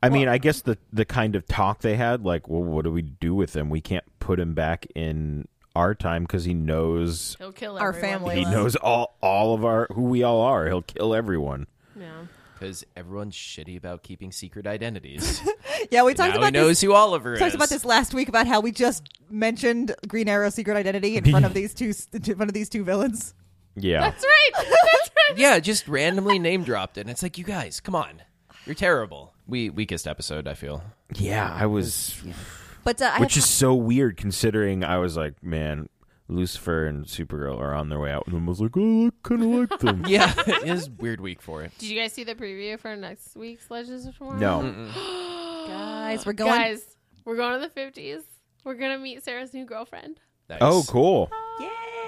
Speaker 4: I mean, I guess the the kind of talk they had, like, well, what do we do with him? We can't put him back in our time because he knows
Speaker 3: He'll kill
Speaker 5: Our
Speaker 3: everyone.
Speaker 5: family.
Speaker 4: he
Speaker 5: Well-
Speaker 4: knows all all of our who we all are. He'll kill everyone.
Speaker 3: Yeah.
Speaker 2: because everyone's shitty about keeping secret identities.
Speaker 5: Yeah, we talked
Speaker 2: now he
Speaker 5: about this.
Speaker 2: knows who Oliver
Speaker 5: talked
Speaker 2: is.
Speaker 5: about this last week about how we just mentioned Green Arrow's secret identity in front of these two in front of these two villains.
Speaker 4: Yeah,
Speaker 3: That's right. That's right.
Speaker 2: yeah, just randomly name dropped it. And it's like, you guys, come on, you're terrible. We weakest episode, I feel.
Speaker 4: yeah. I was,
Speaker 5: But uh, I
Speaker 4: which
Speaker 5: had-
Speaker 4: is so weird considering I was like, man, Lucifer and Supergirl are on their way out, and I was like, oh, I kind of like them.
Speaker 2: Yeah, it is weird week for it.
Speaker 3: Did you guys see the preview for next week's Legends of Tomorrow?
Speaker 4: No,
Speaker 5: guys, we're going.
Speaker 3: Guys, we're going to the 50s. We're going to meet Sarah's new girlfriend.
Speaker 2: Nice.
Speaker 4: oh, cool.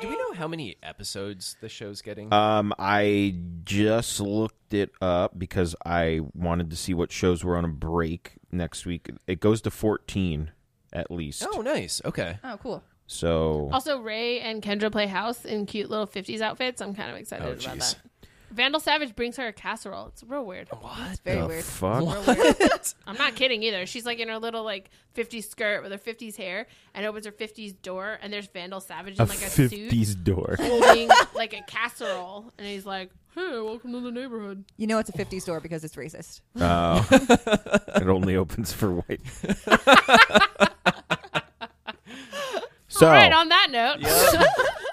Speaker 2: Do we know how many episodes the show's getting?
Speaker 4: Um, I just looked it up because I wanted to see what shows were on a break next week. It goes to fourteen at least.
Speaker 2: oh, nice. Okay.
Speaker 5: Oh, cool.
Speaker 4: So
Speaker 3: Also, Ray and Kendra play house in cute little 50s outfits. I'm kind of excited
Speaker 2: Oh,
Speaker 3: about
Speaker 2: jeez.
Speaker 3: that. Vandal Savage brings her a casserole. It's real weird.
Speaker 4: Oh.
Speaker 2: What?
Speaker 5: Very
Speaker 4: the
Speaker 5: weird.
Speaker 4: fuck.
Speaker 2: What?
Speaker 3: I'm not kidding either. She's like in her little like 50s skirt with her 50s hair and opens her 50s door and there's Vandal Savage in
Speaker 4: A
Speaker 3: like a suit
Speaker 4: fifties door.
Speaker 3: holding like a casserole and he's like, "Hey, welcome to the neighborhood."
Speaker 5: You know it's a 50s door because it's racist.
Speaker 4: Oh, it only opens for white. so,
Speaker 3: All right, on that note.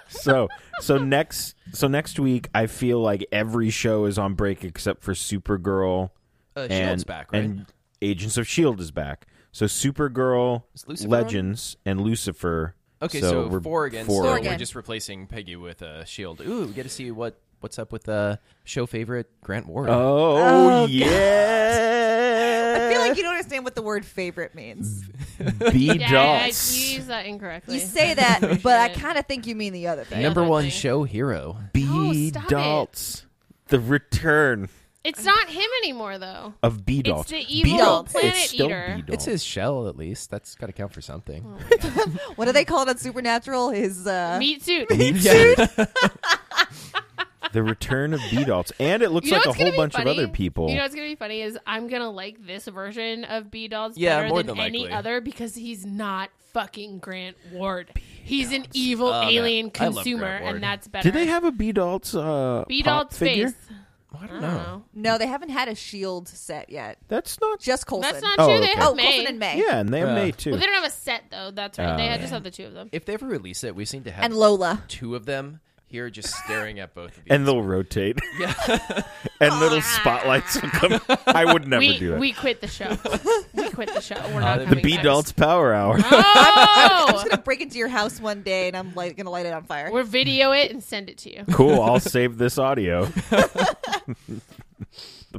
Speaker 4: so, so next, so next week, I feel like every show is on break except for Supergirl
Speaker 2: Uh,
Speaker 4: and
Speaker 2: Shield's back, right?
Speaker 4: and E Agents of Shield is back. So, Supergirl,
Speaker 2: Is Lucifer on?
Speaker 4: Legends, and Lucifer
Speaker 2: Okay,
Speaker 4: So
Speaker 2: so,
Speaker 4: we're
Speaker 2: four again.
Speaker 4: four
Speaker 2: so
Speaker 5: again.
Speaker 2: we're just replacing Peggy with a shield. Ooh, we get to see what what's up with uh, show favorite Grant Ward.
Speaker 4: Oh, yeah.
Speaker 5: I feel like you don't understand what the word favorite means.
Speaker 4: B
Speaker 3: Yeah, I, I
Speaker 4: Dawes.
Speaker 3: used that incorrectly.
Speaker 5: You say that, but I kind of think you mean the other thing.
Speaker 2: Number
Speaker 3: Yeah,
Speaker 2: one
Speaker 3: definitely.
Speaker 2: show hero.
Speaker 3: No,
Speaker 4: B
Speaker 3: oh, stop it.
Speaker 4: Daltz. The return
Speaker 3: it's not him anymore, though.
Speaker 4: of B Daltz.
Speaker 3: It's the evil
Speaker 5: Beedalt.
Speaker 3: planet
Speaker 4: It's still
Speaker 3: eater.
Speaker 4: Beedalt.
Speaker 2: It's his shell, at least. That's got to count for something.
Speaker 5: What do they call it on Supernatural? His uh,
Speaker 3: Meat suit.
Speaker 2: Yeah.
Speaker 4: the return of B Daltz. And it looks
Speaker 3: You know
Speaker 4: like a
Speaker 3: what's gonna
Speaker 4: whole
Speaker 3: be
Speaker 4: bunch
Speaker 3: funny?
Speaker 4: of other people.
Speaker 3: You know what's gonna be funny is I'm gonna like this version of B Dolls
Speaker 2: Yeah,
Speaker 3: better
Speaker 2: more
Speaker 3: than,
Speaker 2: than
Speaker 3: any
Speaker 2: likely.
Speaker 3: other because he's not fucking Grant Ward. He's an evil
Speaker 2: Oh, man.
Speaker 3: alien
Speaker 2: I love Grant
Speaker 3: consumer,
Speaker 2: Ward.
Speaker 3: and that's better.
Speaker 4: Did they have a B Daltz uh,
Speaker 3: B
Speaker 4: pop
Speaker 3: Dolls
Speaker 4: figure? Oh.
Speaker 3: face?
Speaker 2: I
Speaker 3: I
Speaker 2: don't
Speaker 3: don't
Speaker 2: know.
Speaker 3: know.
Speaker 5: no, they haven't had a shield E set yet.
Speaker 4: That's not.
Speaker 5: Just Colson.
Speaker 3: That's not
Speaker 4: Oh,
Speaker 3: true. They
Speaker 4: okay.
Speaker 3: have
Speaker 5: oh,
Speaker 3: May.
Speaker 5: Colson and May
Speaker 4: Yeah, and they have
Speaker 2: Uh,
Speaker 4: May too.
Speaker 3: Well, they don't have a set though. That's right.
Speaker 4: Oh,
Speaker 3: they had
Speaker 4: yeah.
Speaker 3: just have the two of them.
Speaker 2: If they ever release it, we seem to have
Speaker 5: and Lola.
Speaker 2: two of them here just staring at both of these.
Speaker 4: and they'll rotate. Yeah. and little spotlights will come. I would never
Speaker 3: we
Speaker 4: do that. Uh,
Speaker 3: we quit the show. we quit the show. We're not
Speaker 2: the
Speaker 3: coming
Speaker 4: the B
Speaker 3: back.
Speaker 4: Daltz Power Hour.
Speaker 5: I'm
Speaker 3: Oh,
Speaker 5: just gonna break into your house one day, and I'm like gonna light it on fire.
Speaker 3: we're video it and send it to you.
Speaker 4: cool. I'll save this audio. the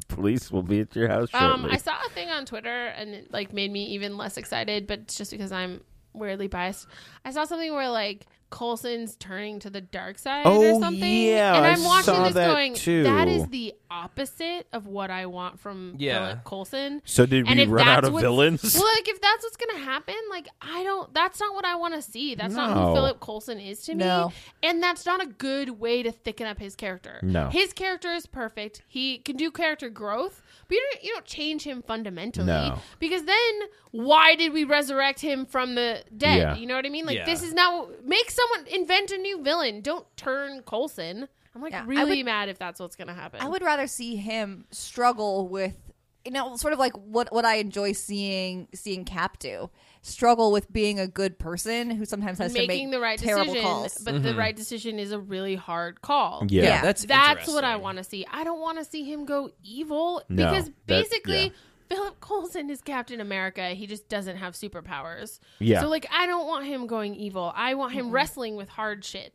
Speaker 4: police will be at your house
Speaker 3: Um,
Speaker 4: shortly.
Speaker 3: I saw a thing on Twitter and it like made me even less excited, but it's just because I'm weirdly biased. I saw something where like Colson's turning to the dark side
Speaker 4: Oh,
Speaker 3: or something.
Speaker 4: yeah,
Speaker 3: and
Speaker 4: I
Speaker 3: I'm watching
Speaker 4: saw
Speaker 3: this
Speaker 4: that
Speaker 3: going,
Speaker 4: too.
Speaker 3: that is the opposite of what I want from
Speaker 2: Yeah.
Speaker 3: Philip Colson.
Speaker 4: so did
Speaker 3: and
Speaker 4: we
Speaker 3: if
Speaker 4: run out
Speaker 3: that's
Speaker 4: of
Speaker 3: what's-
Speaker 4: villains?
Speaker 3: Well, like if that's what's gonna happen, like I don't. That's not what I want to see. That's not
Speaker 4: No.
Speaker 3: who Philip Coulson is to me,
Speaker 5: No.
Speaker 3: and that's not a good way to thicken up his character.
Speaker 4: No.
Speaker 3: his character is perfect. He can do character growth, but you don't you don't change him fundamentally.
Speaker 4: No.
Speaker 3: because then why did we resurrect him from the dead?
Speaker 4: Yeah.
Speaker 3: You know what I mean? Like
Speaker 2: Yeah.
Speaker 3: this is not what- make someone invent a new villain. Don't turn Coulson. I'm like
Speaker 5: Yeah, I
Speaker 3: really
Speaker 5: would-
Speaker 3: mad if that's what's gonna happen.
Speaker 5: I would rather see him struggle with you know sort of like what what I enjoy seeing seeing Cap do struggle with being a good person who sometimes has
Speaker 3: making
Speaker 5: to make
Speaker 3: the right
Speaker 5: terrible
Speaker 3: decision,
Speaker 5: calls. Mm-hmm.
Speaker 3: but the right decision is a really hard call.
Speaker 4: yeah.
Speaker 5: Yeah.
Speaker 2: that's
Speaker 3: That's what I
Speaker 2: interesting.
Speaker 3: want to see. I don't want to see him go evil
Speaker 4: No,
Speaker 3: because
Speaker 4: that-
Speaker 3: basically
Speaker 4: yeah.
Speaker 3: Philip Coulson is Captain America. He just doesn't have superpowers.
Speaker 4: Yeah.
Speaker 3: So like I don't want him going evil. I want him wrestling with hard shit.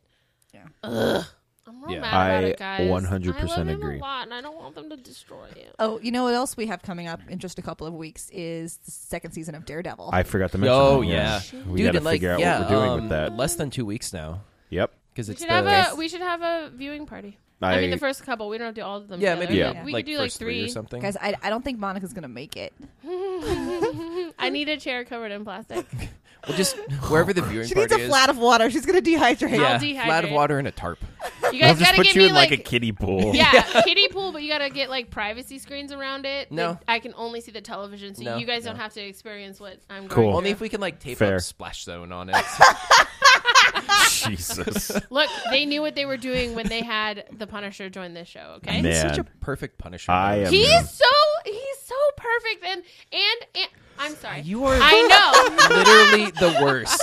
Speaker 5: Yeah.
Speaker 3: Ugh. I'm real
Speaker 2: Yeah.
Speaker 3: mad about
Speaker 4: I
Speaker 3: it, guys.
Speaker 4: 100%
Speaker 3: I love him
Speaker 4: agree.
Speaker 3: A lot, and I don't want them to destroy him.
Speaker 5: Oh, you know what else we have coming up in just a couple of weeks is the second season of Daredevil.
Speaker 4: I forgot to mention.
Speaker 2: Oh
Speaker 4: that,
Speaker 2: yeah,
Speaker 4: we
Speaker 2: Dude,
Speaker 4: got to
Speaker 2: and, like,
Speaker 4: figure out
Speaker 2: yeah,
Speaker 4: what we're doing
Speaker 2: um,
Speaker 4: with that.
Speaker 2: Less than two weeks now
Speaker 4: Yep.
Speaker 2: because
Speaker 3: We
Speaker 2: it's
Speaker 3: should
Speaker 2: the,
Speaker 3: have a we should have a viewing party. I, mean, the first couple. We don't have to do all of them.
Speaker 2: yeah
Speaker 3: together,
Speaker 2: maybe
Speaker 4: Yeah.
Speaker 3: but
Speaker 2: Like,
Speaker 3: We could do like
Speaker 2: first three or something.
Speaker 5: Guys, I, I don't think Monica's gonna make it.
Speaker 3: I need a chair covered in plastic.
Speaker 2: Well, just wherever the viewing
Speaker 5: She needs
Speaker 2: party
Speaker 5: a
Speaker 2: is.
Speaker 5: flat of water. She's gonna dehydrate.
Speaker 2: yeah,
Speaker 3: I'll
Speaker 2: flat of
Speaker 3: dehydrate.
Speaker 2: water and a tarp.
Speaker 3: You
Speaker 4: I'll
Speaker 3: guys
Speaker 4: just
Speaker 3: gotta
Speaker 4: put
Speaker 3: give
Speaker 4: you
Speaker 3: me
Speaker 4: in like, a kiddie pool.
Speaker 3: yeah, kiddie pool, but you gotta get like privacy screens around it.
Speaker 2: No.
Speaker 3: Like, I can only see the television, so
Speaker 2: No,
Speaker 3: you guys
Speaker 2: no.
Speaker 3: don't have to experience what I'm
Speaker 4: Cool.
Speaker 3: going
Speaker 2: Only
Speaker 3: through.
Speaker 2: if we can like tape
Speaker 4: Fair.
Speaker 2: up splash zone on it.
Speaker 4: Jesus.
Speaker 3: Look, they knew what they were doing when they had the Punisher join this show. Okay,
Speaker 4: Man.
Speaker 2: He's such a perfect punisher.
Speaker 4: I
Speaker 2: though.
Speaker 4: am-
Speaker 3: he's so he's so perfect, and and, and I'm sorry,
Speaker 2: You are-
Speaker 3: I know.
Speaker 2: literally the worst.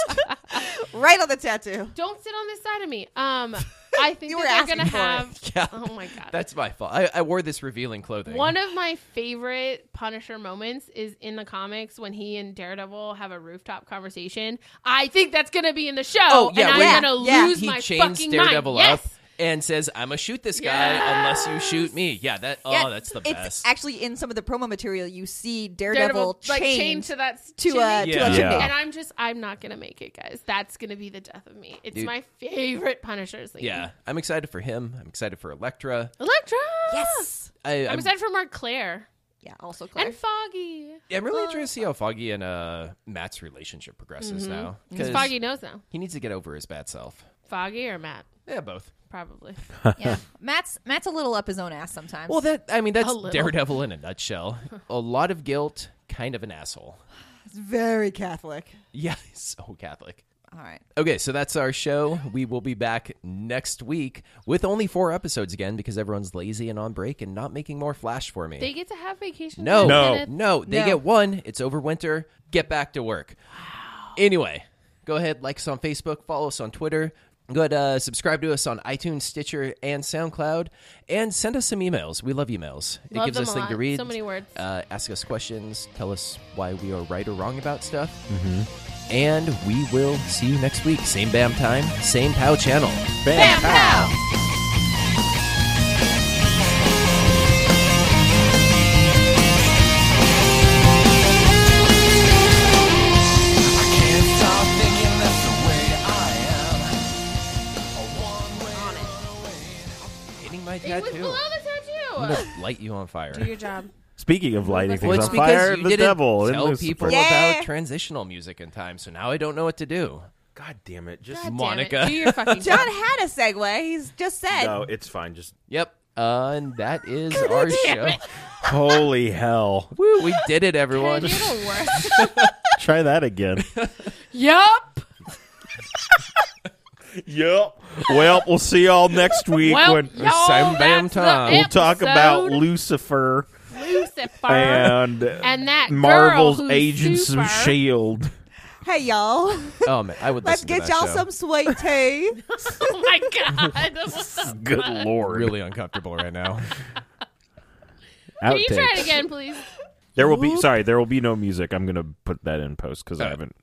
Speaker 5: Right on the tattoo.
Speaker 3: don't sit on this side of me. Um, I think
Speaker 5: You
Speaker 3: that
Speaker 5: were
Speaker 3: they're gonna
Speaker 5: asking for it.
Speaker 3: have.
Speaker 2: Yeah.
Speaker 3: Oh my god,
Speaker 2: That's my fault. I, I wore this revealing clothing.
Speaker 3: One of my favorite Punisher moments is in the comics when he and Daredevil have a rooftop conversation. I think that's going to be in the show,
Speaker 2: Oh, yeah,
Speaker 3: and
Speaker 2: when
Speaker 3: I'm going to
Speaker 5: yeah,
Speaker 3: lose
Speaker 2: he
Speaker 3: my
Speaker 2: chains
Speaker 3: fucking
Speaker 2: Daredevil
Speaker 3: mind.
Speaker 2: up
Speaker 3: Yes.
Speaker 2: and says, "I'm gonna shoot this guy unless you shoot me." Yeah, that. Oh,
Speaker 5: Yeah,
Speaker 2: that's the
Speaker 5: it's
Speaker 2: best.
Speaker 5: actually in some of the promo material you see Daredevil,
Speaker 3: Daredevil like chained
Speaker 5: chained
Speaker 3: to that s-
Speaker 5: to, a,
Speaker 3: chimney.
Speaker 2: Yeah.
Speaker 5: to a
Speaker 4: Yeah.
Speaker 5: chimney.
Speaker 3: And I'm just, I'm not gonna make it, guys. That's gonna be the death of me. It's
Speaker 2: Dude.
Speaker 3: my favorite Punisher scene.
Speaker 2: yeah, I'm excited for him. I'm excited for Elektra.
Speaker 3: Elektra.
Speaker 5: Yes.
Speaker 2: I,
Speaker 3: I'm
Speaker 2: I'm,
Speaker 3: excited for Mark Claire
Speaker 5: Yeah. Also, Claire.
Speaker 3: and Foggy.
Speaker 2: I'm really interested to see how Foggy and uh, Matt's relationship progresses now
Speaker 3: Mm-hmm. Because Foggy knows now.
Speaker 2: he needs to get over his bad self.
Speaker 3: Foggy or Matt,
Speaker 2: Yeah, both.
Speaker 3: probably.
Speaker 5: yeah. Matt's Matt's a little up his own ass sometimes.
Speaker 2: Well, that I mean, that's
Speaker 3: little.
Speaker 2: Daredevil in a nutshell. a lot of guilt, kind of an asshole.
Speaker 5: that's very Catholic.
Speaker 2: Yeah, he's so Catholic.
Speaker 5: All right.
Speaker 2: Okay, so that's our show. We will be back next week with only four episodes again because everyone's lazy and on break and not making more Flash for me.
Speaker 3: They get to have vacation.
Speaker 2: no,
Speaker 3: time, Kenneth.
Speaker 2: no, they
Speaker 5: No.
Speaker 2: get one. It's over winter. Get back to work. Anyway, go ahead, like us on Facebook, follow us on Twitter. Go ahead, uh, subscribe to us on iTunes, Stitcher, and SoundCloud, and send us some emails. We love emails.
Speaker 3: Love
Speaker 2: it gives
Speaker 3: them
Speaker 2: us
Speaker 3: a
Speaker 2: things to
Speaker 3: lot.
Speaker 2: read.
Speaker 3: So many words.
Speaker 2: Uh, ask us questions. Tell us why we are right or wrong about stuff. And we will see you next week. Same BAM time, same POW channel.
Speaker 3: Bam,
Speaker 4: Bam,
Speaker 3: pow.
Speaker 1: I can't stop thinking that's the way I am. A one-way
Speaker 3: On it.
Speaker 2: Hitting my
Speaker 3: It was
Speaker 2: tattoo.
Speaker 3: below the
Speaker 2: I'm
Speaker 3: tattoo.
Speaker 2: going to light you on fire.
Speaker 3: Do your job.
Speaker 4: Speaking of lighting
Speaker 3: Well,
Speaker 4: things
Speaker 3: it's
Speaker 4: on fire, the
Speaker 2: didn't
Speaker 4: devil. in
Speaker 2: tell
Speaker 4: Lucifer.
Speaker 2: people
Speaker 5: Yeah.
Speaker 2: about transitional music in time, so now I don't know what to do.
Speaker 4: God damn it! Just
Speaker 3: God damn it.
Speaker 2: Monica.
Speaker 3: Do your fucking job.
Speaker 5: John had a segue. He's just said.
Speaker 4: no, it's fine. Just
Speaker 2: Yep. Uh, and that is our show.
Speaker 4: holy hell!
Speaker 2: Woo, we did it,
Speaker 3: You're
Speaker 2: everyone.
Speaker 3: the worst.
Speaker 4: Try that again.
Speaker 3: yup.
Speaker 4: yep. Well, we'll see y'all next week
Speaker 3: Well,
Speaker 4: when
Speaker 3: y'all,
Speaker 2: same damn
Speaker 3: that's the
Speaker 2: time. We'll
Speaker 4: we'll talk about
Speaker 3: episode.
Speaker 4: Lucifer
Speaker 3: Lucifer
Speaker 4: and,
Speaker 3: and that girl
Speaker 4: Marvel's
Speaker 3: who's
Speaker 4: Agents
Speaker 3: super.
Speaker 4: of Shield.
Speaker 5: Hey y'all,
Speaker 2: Oh man, I would.
Speaker 5: let's
Speaker 2: listen
Speaker 5: get
Speaker 2: to that
Speaker 5: y'all
Speaker 2: show.
Speaker 5: some sweet tea.
Speaker 3: Oh my god! What the-
Speaker 4: Good lord!
Speaker 2: Really uncomfortable right now.
Speaker 3: Can you try
Speaker 4: Outtakes.
Speaker 3: it again, please?
Speaker 4: There will be sorry, there will be no music. I'm gonna put that in post because I
Speaker 2: Alright.
Speaker 4: haven't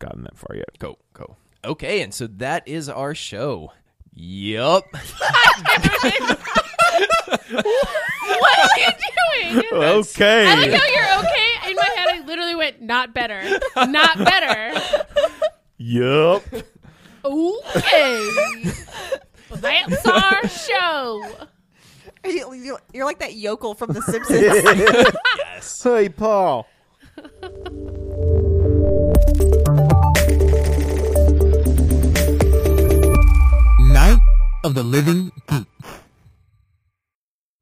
Speaker 4: gotten that far yet.
Speaker 2: Go, go. Okay, and so that is our show. Yup.
Speaker 3: What are you doing?
Speaker 4: Oh,
Speaker 3: I like
Speaker 4: Okay.
Speaker 3: how you're okay. In my head, I literally went, not better. Not better.
Speaker 4: Yup.
Speaker 3: Okay. Well, that's our show.
Speaker 5: You- you- You're like that yokel from The Simpsons.
Speaker 4: Hey Paul.
Speaker 6: Night of the Living Poop.